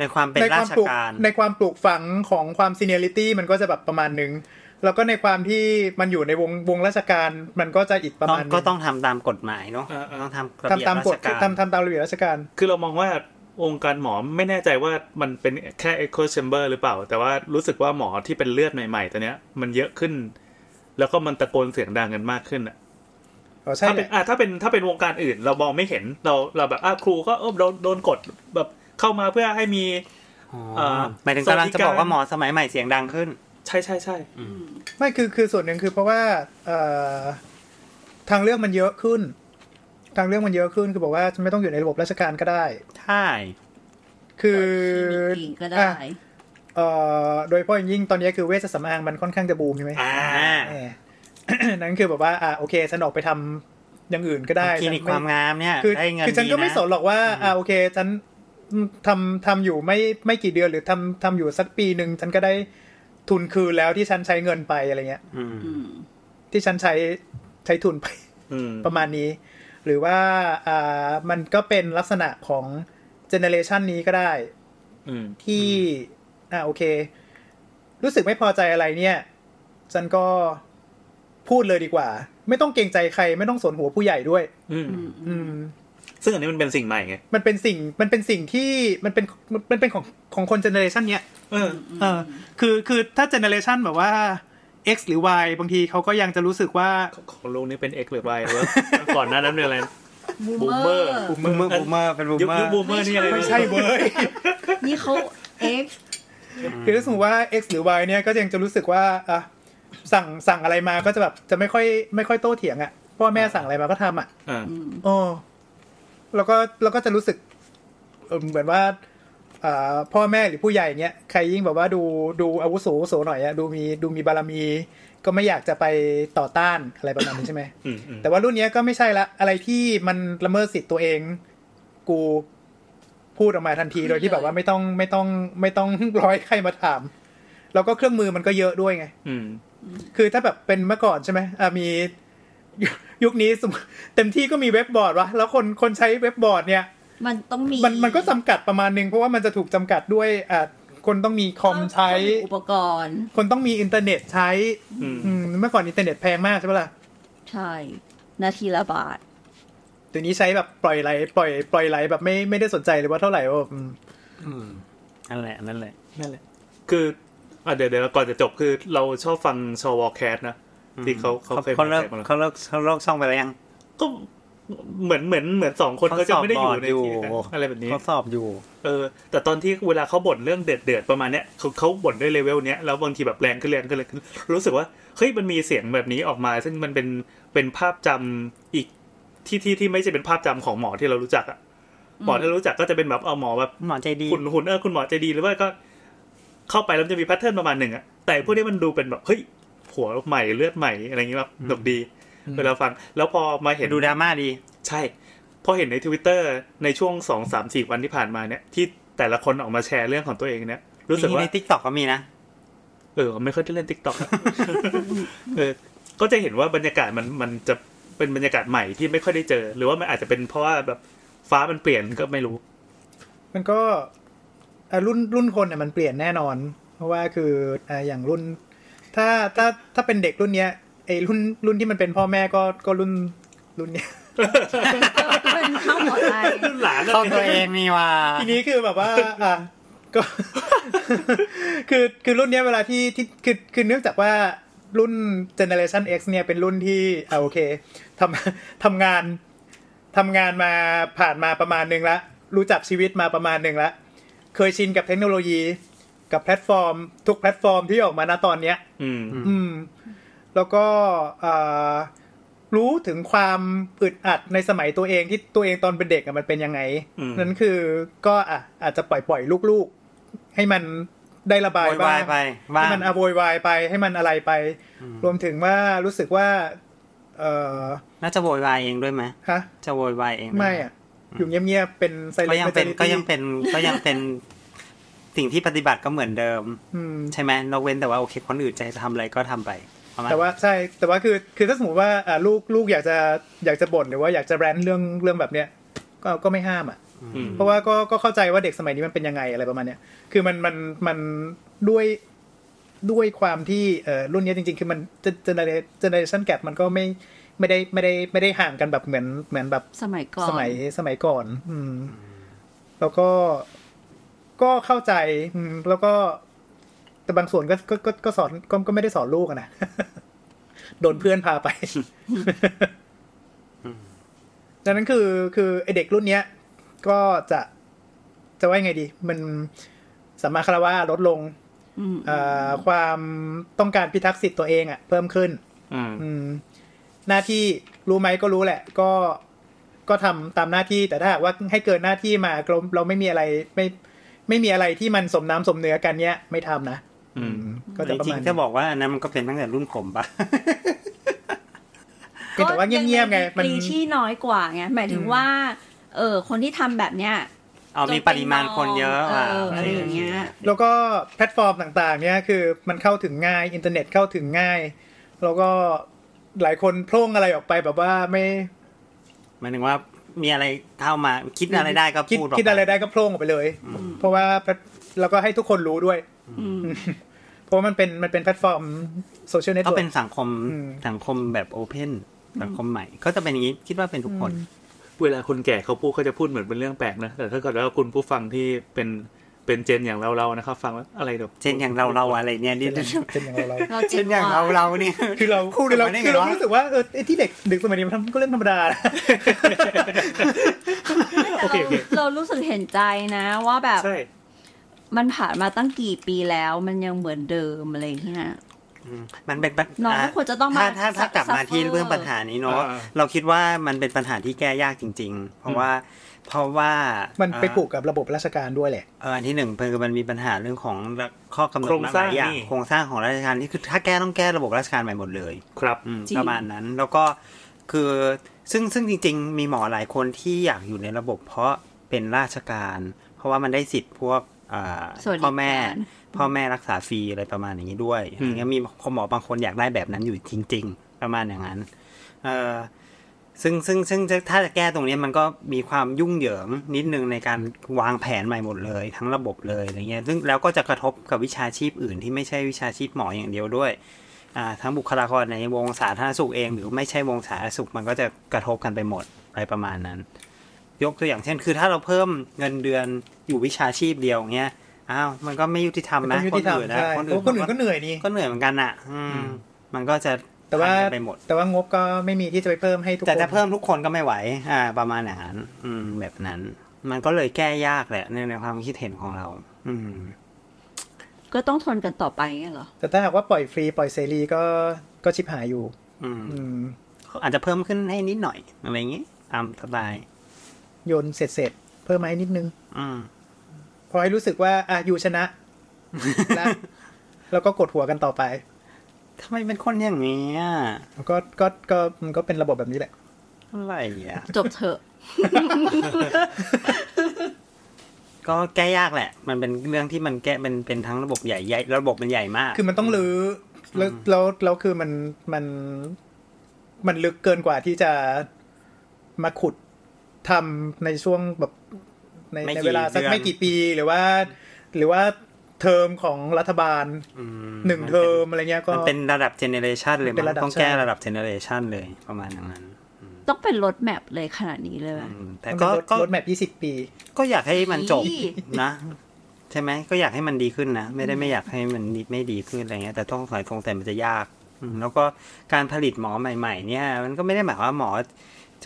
ในความเป็น
ใน
ราว
คาม
ช
ปลูก
การ
ในความปลูกฝังของความซีเนียริตี้มันก็จะแบบประมาณหนึ่งแล้วก็ในความที่มันอยู่ในวงวงราชการมันก็จะอีกประ
ต้อง
มาณหนึ่
ก็ต้องทำตามกฎหมายเนาะต้องทำระเบียบ
ทำตามกฎ
รชร
ทำทำตามระเบียบราชการ
คือเรามองว่าองค์การหมอไม่แน่ใจว่ามันเป็นแค่ echo chamber หรือเปล่า แต่ว่ารู้สึกว่าหมอที่เป็นเลือดใหม่ๆตอนเนี้ยมันเยอะขึ้น แล้วก็มันตะโกนเสียงดังกันมากขึ้นอะ
อ๋อใช่
ถ้า
แห
เป็น
ละ
อ่ะถ้าเป็นถ้าเป็นวงการอื่น เรามองไม่เห็นเราเราแบบอ่ะครูก็เออโดนโดนกดแบบเข้ามาเพื่อให้มี เอ่อ
หมายถึงกำลั
สวัส
งจะ
ดิการ
บอกว่าหมอสมัยใหม่เสียงดังขึ้น
ใช่ใช่ใช่
ไม่คือคือส่วนหนึ่งคือเพราะว่าเอ่อทางเรื่องมันเยอะขึ้น ทางเรื่องมันเยอะขึ้นคือบอกว่าไม่ต้องอยู่ในระบบราชการก็ได้
ใช่
คื
คือ จริงก็ได้
อ่ะเอ่อโดยเฉพาะอย่างยิ่งตอนนี้คือเวชสำอางมันค่อนข้างจะบูมใช่ไหม
อ่า
เออ นั่นคือแบบว่าอ่ะโอเคฉันออกไปทำอย่างอื่นก็ได้
คลินิก
ฉันไ
ความงามเนี่ย
คือ
ได้เงิน
คือฉันก็ไม่
ดีะ
สนหรอกว่า
อืม
อ่าโอเคฉันทำทำอยู่ไม่ไม่กี่เดือนหรือทำทำอยู่สักปีหนึ่งฉันก็ได้ทุนคืนแล้วที่ฉันใช้เงินไปอะไรเงี้ย
อืม
อืม
ที่ฉันใช้ใช้ทุนไป
อืม
ประมาณนี้ หรือว่าอ่ามันก็เป็นลักษณะของเจเนเรชันนี้ก็ได้
อืม
ที่อ่าโอเค รู้สึกไม่พอใจอะไรเนี่ย ฉันก็พูดเลยดีกว่า ไม่ต้องเกรงใจใคร ไม่ต้องสนหัวผู้ใหญ่ด้วย
อืม
อืม
อืม
ซึ่งอันนี้มันเป็นสิ่งใหม่ไง
มันเป็นสิ่งมันเป็นสิ่งที่มันเป็นมันเป็นของของคนเจเนเรชันเนี้ย
เออ
เออคือคือถ้าเจเนเรชันแบบว่า X หรือ Y บางทีเขาก็ยังจะรู้สึกว่า
ของโลกนี้เป็น X หรือ Y หรือว่าก่อนหน้านั้นเป็นอะไร
บูมเมอร์
Boomer
บูมเมอร์บูมเมอร์เป็นบูม
ยุค
เมอ
ยุค
ร์
บูมเมอร์นี่อะไร
ไม่ใช่เว้ย
นี่เขา X
คือถ้าสมมติว่า x หรือ y เนี่ยก็ยังจะรู้สึกว่าอ่ะสั่งสั่งอะไรมาก็จะแบบจะไม่ค่อยไม่ค่อยโต้เถียงอะ่ะพ่อแม่สั่งอะไรมาก็ทำอ่ะ
อ่า
อืม
อ๋อแล้วก็แล้วก็จะรู้สึกเอิ่มเหมือนว่าอ่าพ่อแม่หรือผู้ใหญ่เนี่ยใครยิ่งแบบว่าดูดูอาวุโสอาวุโสหน่อยอะดูมีดูมีบารมี ก็ไม่อยากจะไปต่อต้านอะไรประมาณนี้ใช่ไหม
อืมอืม
แต่ว่ารุ่นเนี้ยก็ไม่ใช่ละ อะไรที่มันละเมิดสิทธิ์ตัวเอง กูพูดออกมาทันทีโดยที่แบบว่าไม่ต้องไม่ต้องไม่ต้อง ร้อยใครมาถาม แล้วก็เครื่องมือมันก็เยอะด้วยไง
อืม
คือถ้าแบบเป็นเมื่อก่อนใช่ไหมอ่ะมียุยุคนี้สมมุติเต็มที่ก็มีเว็บบอร์ดวะแล้วคนคนใช้เว็บบอร์ดเนี่ย
มันต้องมี
มันมันก็จำกัดประมาณนึงเพราะว่ามันจะถูกจำกัดด้วยอ่ะคนต้องมีคอมใช้
ต้องมีอุปกรณ์
คนต้องมีอินเทอร์เน็ตใช้
อืม
อืมเมื่อก่อนอินเทอร์เน็ตแพงมากใช่ปะล่ะ
ใช่ นาทีละบาท
ตัวนี้ใช้แบบปล่อยไหลปล่อยปล่อยไหลแบบไม่ไม่ได้สนใจเลยว่าเท่าไหร่ว่าแบบอืม
อืมนั่นแหละนั่นแหละ
นั่นแหละคืออ่ะเดี๋ยวเดี๋ยวก่อนจะจบคือเราชอบฟังชอวอแคสนะที่เขาเขาเคย
เขาเลิก
มาแล้ว
เขาเลิกเขาเลิกช่องไปแล้วยัง
ก็เหมือนเหมือนเหมือนสองคนเขาจะไม่ได้อยู่ใน
เขาสอบ
ที่
บอร์ดอยู่
กันอะไรแบบนี้
เขาสอบอยู่
เออแต่ตอนที่เวลาเขาบ่นเรื่องเดือดเดือดๆประมาณเนี้ยเขาเขาบ่นด้วยเลเวลเนี้ยแล้วบางทีแบบแรงขึ้นแรงขึ้นแรงขึ้นรู้สึกว่าเฮ้ยมันมีเสียงแบบนี้ออกมา ซึ่งมันเป็นเป็นภาพจำอีกที่ที่ที่ไม่ใช่เป็นภาพจำของหมอที่เรารู้จักอะหมอที่เรารู้จักก็จะเป็นแบบเอาหมอแบบ
หมอใจดี
คุณหุ่นเออคุณหมอใจดีหรือว่าก็ เข้าไปแล้วมันจะมีแพทเทิร์นประมาณหนึ่งอะแต่พวกนี้มันดูเป็นแบบเฮ้ยหัวใหม่เลือดใหม่อะไรอย่างเงี้ยแบบหนุกดี เวลาฟัง แล้วพอมาเห็น
ดูดราม่าดี
ใช่พอเห็นในทวิตเตอร์ในช่วงสองสามสี่วันที่ผ่านมาเนี่ย ที่แต่ละคนออกมาแชร์เรื่องของตัวเองเนี่ย รู้สึกว่า
ในทิกตอกก็มีนะ
เออ ไม่ค่อยได้เล่นติ๊กต็อก เออ ก็จะเห็นว่าบรรยากาศมันมันจะเป็นบรรยากาศใหม่ที่ไม่ค่อยได้เจอ หรือว่ามันอาจจะเป็นเพราะว่าแบบฟ้ามันเปลี่ยนก็ไม่รู้
มันก็อ่ะรุ่นรุ่นคนเนี่ยมันเปลี่ยนแน่นอน เพราะว่าคืออ่ะอย่างรุ่น ถ้าถ้าถ้าเป็นเด็กรุ่นเนี้ยไอ้รุ่นรุ่นที่มันเป็นพ่อแม่ก็ก็รุ่นรุ่นเนี้ย
เป็นเข้าหมดไลน์
หลาน
เข้าตัวเองนี่ว่า
ทีนี้คือแบบว่าอ่ะก็ คือคือรุ่นเนี้ยเวลาที่ที่คือคือเนื่องจากว่ารุ่น generation X เนี่ยเป็นรุ่นที่อ่ะโอเคทำ ทำงานทำงานมาผ่านมาประมาณหนึ่งละรู้จักชีวิตมาประมาณหนึ่งละ เคยชินกับเทคโนโลยีกับแพลตฟอร์ม ทุกแพลตฟอร์มที่ออกมาณตอนเนี้ย
อืม
อืม แล้วก็อ่า รู้ถึงความอึดอัดในสมัยตัวเองที่ตัวเองตอนเป็นเด็กอะมันเป็นยังไง
อืม
นั้นคือก็อ่ะอาจจะปล่อยปล่อยๆลูกๆ ให้มันได้ระบาย
โวยวา
บ้าย ง
ไป
ให้
บ้าง
มันอะโวยวายไปให้มันอะไรไป
อืม
รวมถึงว่ารู้สึกว่า เออ
น่าจะโวยวายเองด้วยไหม
ฮะ
จะโวยวายเองด้วยห
ไม่อ่ะ อยู่เงียบๆเป็นไซ
ก็
เลน
ยัง
ต์
เป็นก็ยังเป็นก็ยังเป็นสิ่งที่ปฏิบัติก็เหมือนเดิม ใช่ไหมนอกเว้นแต่ว่าโอเคคนอื่นจะทำอะไรก็ทำไปประมณ
แต่ว่าใช่ แต่ว่าคือคือถ้าสมมติว่าอ่ะลูกลูกอยากจะอยากจะบ่นหรือว่าอยากจะแรนเรื่องเรื่องแบบเนี้ยก็ก็ไม่ห้ามอ่ะ
อืม
เพราะว่าก็ก็เข้าใจว่าเด็กสมัยนี้มันเป็นยังไงอะไรประมาณเนี้ย คือมันมันมันด้วยด้วยความที่เอ่อรุ่นเนี้ยจริง ๆ คือมันเจเนเรเจเนเรชันแกรมันก็ไม่ไม่ได้ไม่ได้ไม่ได้ห่างกันแบบเหมือนเหมือนแบบ
สมัยก่อน
สมัยสมัยก่อน อืม แล้วก็ก็เข้าใจ อืม แล้วก็ แต่บางส่วนก็ก็ก็ก็สอนก็ก็ไม่ได้สอนลูกอะนะ โดนเพื่อนพาไป ดังนั้นคือ คือไอเด็กรุ่นเนี้ย ก็จะจะว่ายังไงดี มันสัมมาคารวะลดลง
อืม
เอ่อความต้องการพิทักษ์สิทธิ์ตัวเองอะเพิ่มขึ้น
อืม
อืมหน้าที่รู้ไหมก็รู้แหละ ก็ก็ทำตามหน้าที่แต่ถ้าหากว่าให้เกินหน้าที่มาเราเราไม่มีอะไรไม่ไม่มีอะไรที่มันสมน้ำสมเนื้อกันเนี้ยไม่ทำนะ
อืม
ก็จะประ
จริ
มา
งๆ
ณนี้
จะบอกว่าอันนั้นมันก็เป็นตั้งแต่รุ่นผมปะ
เพียงแต่ว่าเงียบๆไง
ก็
มัน
ดีที่น้อยกว่าไงหมายถึง
อืม
ว่า เออคนที่ทำแบบเนี้ย
เอามีปริมาณคนเยอะ
เอ
อ่ะ
ออะไรอย่างเงี้ย
แล้วก็แพลตฟอร์มต่างๆ เนี้ยคือมันเข้าถึงง่าย อินเทอร์เน็ตเข้าถึงง่าย แล้วก็หลายคนโพร่งอะไรออกไปแบบว่าไม่
หมายถึงว่ามีอะไรเข้ามาคิดอะไรได้ก็
คิด
พูดก
คิดอะไรได้ก็โพร่งออกไปเลย เพราะว่าแพลตแล้วก็ให้ทุกคนรู้ด้วย
อืม
เพราะว่ามันเป็นมันเป็นแพลตฟอร์มโซเชียลเน็ต
ก็
เวิร์
เป็นสังคม
อืม
สังคมแบบโอเพนสังคมใหม่ ก็จะเป็นอย่างนี้คิดว่าเป็นทุกคน
เวลาคนแก่เขาพูดเขาจะพูดเหมือนเป็นเรื่องแปลกนะ แต่ถ้าเกิดว่าคุณผู้ฟังที่เป็นเป็นเจนอย่างเราเราๆนะครับ ฟังแล้วอะไรเดี๋ยว
เช่นอย่างเราเราอะไรเนี่ยนี่
เป็นอย่างเรา
เรา
เช่นอย่างเราเราเนี่ย
คือเรา
พูด
คือเรา
ออกมาได้ไง
คือเรา
วะ
รู้สึกว่าเออไอ้ที่เด็กเด็กสมัยนี้มันทำก็เรื่องธรรมดานะ
โอเคโอเค
เรารู้สึกเห็นใจนะว่าแบบ
ใช่
มันผ่านมาตั้งกี่ปีแล้ว มันยังเหมือนเดิมอะไรอย่างเงี้ย
มันเป็นปัญ
น้องก็ควรจะต้องมา
ถ้าถ้าถ้ากลับมา
suffer
ที่เรื่องปัญหานี้เนาะ
อ่า
เราคิดว่ามันเป็นปัญหาที่แก้ยากจริง ๆ เพราะว่าเพราะว่า
มั
มัน
ไปผูกกับระบบราชการด้วยแหละ
เอออันที่หนึ่งคือมันมีปัญหาเรื่องของข้อกำหนด
โครงสร้าง
หลยๆอย่
นี่
โครงสร้างของราชการนี่คือถ้าแก้ต้องแก้ระบบราชการใหม่หมดเลย
ครับ
อืม
จริง
ประมาณนั้นแล้วก็คือซึ่งซึ่งจริง ๆ มีหมอหลายคนที่อยากอยู่ในระบบเพราะเป็นราชการ เพราะว่ามันได้สิทธิ์พวกอ่า
สวัสดิการ
พ่อแม่ พ่อแม่รักษาฟรีอะไรประมาณอย่างนี้ด้วย
อืม
อย่างเงี้ยมีหมอบางคนอยากได้แบบนั้นอยู่จริง ๆ ประมาณอย่างนั้นเออซึ่งซึ่งซึ่งซึ่งถ้าจะแก้ตรงนี้มันก็มีความยุ่งเหยิงนิดนึงในการวางแผนใหม่หมดเลย ทั้งระบบเลยอะไรเงี้ยซึ่งแล้วก็จะกระทบกับวิชาชีพอื่นที่ไม่ใช่วิชาชีพหมออย่างเดียวด้วย อ่าทั้งบุคลากรในวงสาธารณสุขเอง หรือไม่ใช่วงสาธารณสุขมันก็จะกระทบกันไปหมดอะไรประมาณนั้น ยกตัวอย่างเช่น คือถ้าเราเพิ่มเงินเดือนอยู่วิชาชีพเดียวเงี้ยอ้าวมันก็ไม่ยุติธรรม
มัน
นะ
ต้องยุ
ค
ติ
น
ธรรม
อื่นนะ
ใช่
คน
เพ
อื่
ราะคนอื่นก็
น
เหนื่อยนี่
ก็เหนื่อยเหมือนกันอ่ะ อืมมันก็จะ
แต่ว่า
พันกันไปหมด
แต่ว่างบก็ไม่มีที่จะไปเพิ่มให้ทุกคน
แต่จะเพิ่มทุกคนก็ไม่ไหว อ่า ประมาณอย่างนั้นอืม แบบนั้น มันก็เลยแก้ยากแหละในในความคิดเห็นของเรา อืม
ก็ต้องทนกันต่อไปไงเหรอ
แต่ถ้าหากว่าปล่อยฟรีปล่อยเสรีก็ก็ชิบหายอยู่
อืม
อืม
อาจจะเพิ่มขึ้นให้นิดหน่อยอะไรอย่างงี้ตามสไตล์
โยนเสร็จเสร็จเพิ่มมาให้นิดนึง
อืม
พอให้รู้สึกว่าอ่ะอยู่ ชนะแล้วแล้วก็กดหัวกันต่อไป
ทำไมเป็นคนอย่างนี้อ่ะ
แล้วก็ก็ก็มันก็เป็นระบบแบบนี้แหละ
อะไรอ่ะ
จบเถอะ
ก็แก้ยากแหละ มันเป็นเรื่องที่มันแก้เป็นเป็นทั้งระบบใหญ่ใหญ่ระบบมันใหญ่มาก
คือมันต้องรื้ออแล้วแล้วแล้วคือมันมันมันลึกเกินกว่าที่จะมาขุดทำในช่วงแบบใน
ไม่กี่
ในเวลาสัก
เดือน
ไม่กี่ปีหรือว่า หรือว่าเทอมของรัฐบาล
ม
หนึ่งเทอมอะไรเงี้ยก็
มันเป็นระดับเจเนเรชันเลย
เป็
มัน
นระดับ
ต้องแก้
ใช่
ระดับเจเนเรชันเลยประมาณอย่างนั้น
ต้องเป็นรถแมพเลยขนาดนี้เลย
อื
วะ
มแต่ก็
มันเป็นรถ
ก็
รถแมพยี่สิบปี
ก็อยากให้มันจบ
อี๋
นะ ใช่ไหมก็อยากให้มันดีขึ้นนะไม่ได้ไม่อยากให้มันไม่ดีขึ้นอะไรเงี้ย แต่ต้องสายตรงแต่มันจะยากอืมแล้วก็การผลิตหมอใหม่ ๆ เนี่ย มันก็ไม่ได้หมายความว่าหมอ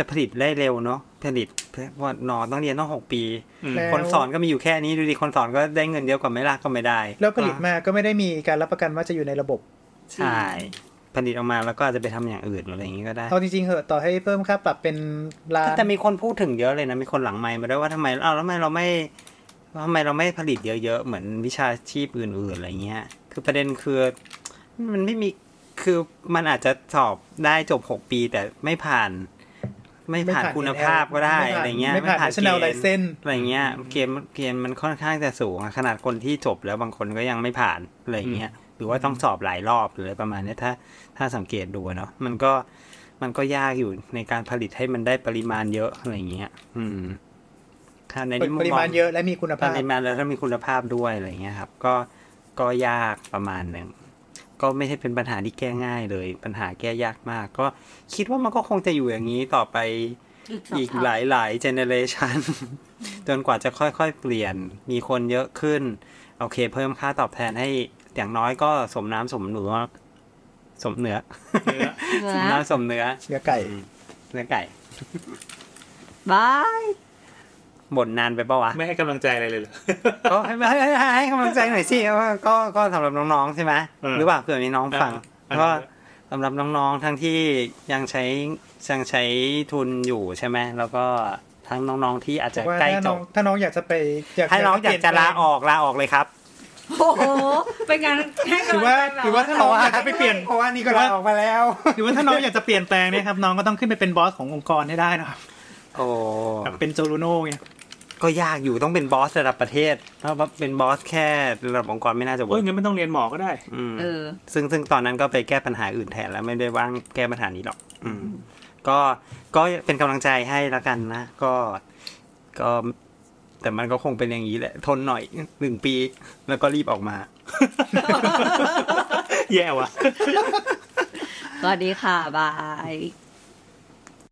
จะผลิตได้เร็วเนาะผลิตเพราะว่าหนอต้องเรียนต้องหกปี
อืม
แล้ว
คนสอนก็มีอยู่แค่นี้ดูดิคนสอนก็ได้เงินเยอะกว่าไม่ลากก็ไม่ได้
แล้วผลิตมาก็ไม่ได้มีการรับประกันว่าจะอยู่ในระบบ
ใช่ ผลิตออกมาแล้วก็อาจจะไปทำอย่างอื่นอะไรอย่างนี้ก็ได้
เอาจริงๆเหอะต่อให้เพิ่มค่าปรับเป็นล้าน
แต่มีคนพูดถึงเยอะเลยนะ มีคนหลังไมค์มาด้วยว่าทำไมเอาแล้วทำไมเราไม่ทำไมเราไม่ผลิตเยอะๆ เหมือนวิชาชีพอื่นๆ อะไรเงี้ย คือประเด็นคือ มันไม่มี คือมันอาจจะสอบได้จบหกปีแต่ไม่ผ่าน ไม่ผ่านคุณภาพก็ได้อะไรเงี้ย
ไม่ผ่านชแนลไลเซน
อะไรเงี้ย เกณฑ์เกณฑ์มันค่อนข้างจะสูงอะขนาดคนที่จบแล้วบางคนก็ยังไม่ผ่านอะไรเงี้ย หรือว่าต้องสอบหลายรอบหรืออะไรประมาณเนี้ยถ้า ถ้าสังเกตดูอะเนาะ มันก็ มันก็ยากอยู่ในการผลิตให้มันได้ปริมาณเยอะอะไรอย่างเงี้ย อืมถ้าในนี้
ปริมาณเยอะและมีคุณ
ป
ภาพ
ริมาณแล้วถ้ามีคุณภาพด้วยอะไรอย่างเงี้ยครับ ก็ ก็ยากประมาณหนึ่ง ก็ไม่ใช่เป็นปัญหาที่แก้ง่ายเลย ปัญหาแก้ยากมาก ก็คิดว่ามันก็คงจะอยู่อย่างนี้ต่อไปอีกหลายหลายเจเนเรชัน จนกว่าจะค่อยๆเปลี่ยน มีคนเยอะขึ้น โอเค เพิ่มค่าตอบแทนให้อย่างน้อยก็สมน้ำสมเนื้อสมเนื้อ สมน้ำสมเนื้อ
เนื้อไก่
เนื้อไก่
บาย
บ่นนานไปปะว ะ
ไม่ให้กำลังใจอะไรเลยเหรอ
ก็ให้ให้ให้ให้กำลังใจหน่อยสิ ว่าก็ก็สำหรับน้องๆใช่ไหม
เออ
หรือเปล่าเผื่อมีน้องฟัง
เออ
ก็สำหรับน้องๆทั้งที่ยังใช้ยังใช้ทุนอยู่ใช่ไหมแล้วก็ทั้งน้องๆที่อาจจะ
ว่า
ใกล้
ถ้า
จ
น้อบงถ้าน้องอยากจะไปอยาก
ถ้าน้องอยากจะลาออกลาออกเลยครับ
โอ้โหเป็นการให้
หรื
กำ
อ
ลั
ว่าง
ใจแบบ
หรือว่าถ้าน้องอยากจะไปเปลี่ยน
เพราะว่านี่ก็ลาออกมาแล้ว
หรือว่าถ้าน้องอยากจะเปลี่ยนแปลงเนี่ยครับน้องก็ต้องขึ้นไปเป็นบอสขององค์กรให้ได้นะครับ
โอ้
แบบเป็นโจลูโน่เนี่ย
ก็ยากอยู่ต้องเป็นบอสระดับประเทศเพราะว่าเป็นบอสแค่ระดับองค์กรไม่น่าจะเวิ
เอ้ย
ร์ก
งั้นไม่ต้องเรียนหมอก็ได้
อืม
เออ
ซึ่งซึ่งตอนนั้นก็ไปแก้ปัญหาอื่นแทนแล้วไม่ได้ว่างแก้ปัญหานี้หรอก อืม ก็ก็เป็นกำลังใจให้แล้วกันนะ ก็ก็ แต่มันก็คงเป็นอย่างนี้แหละ ทนหน่อยหนึ่งปี แล้วก็รีบออกมา
แย่ว่ะ
สวัสดีค่ะ บาย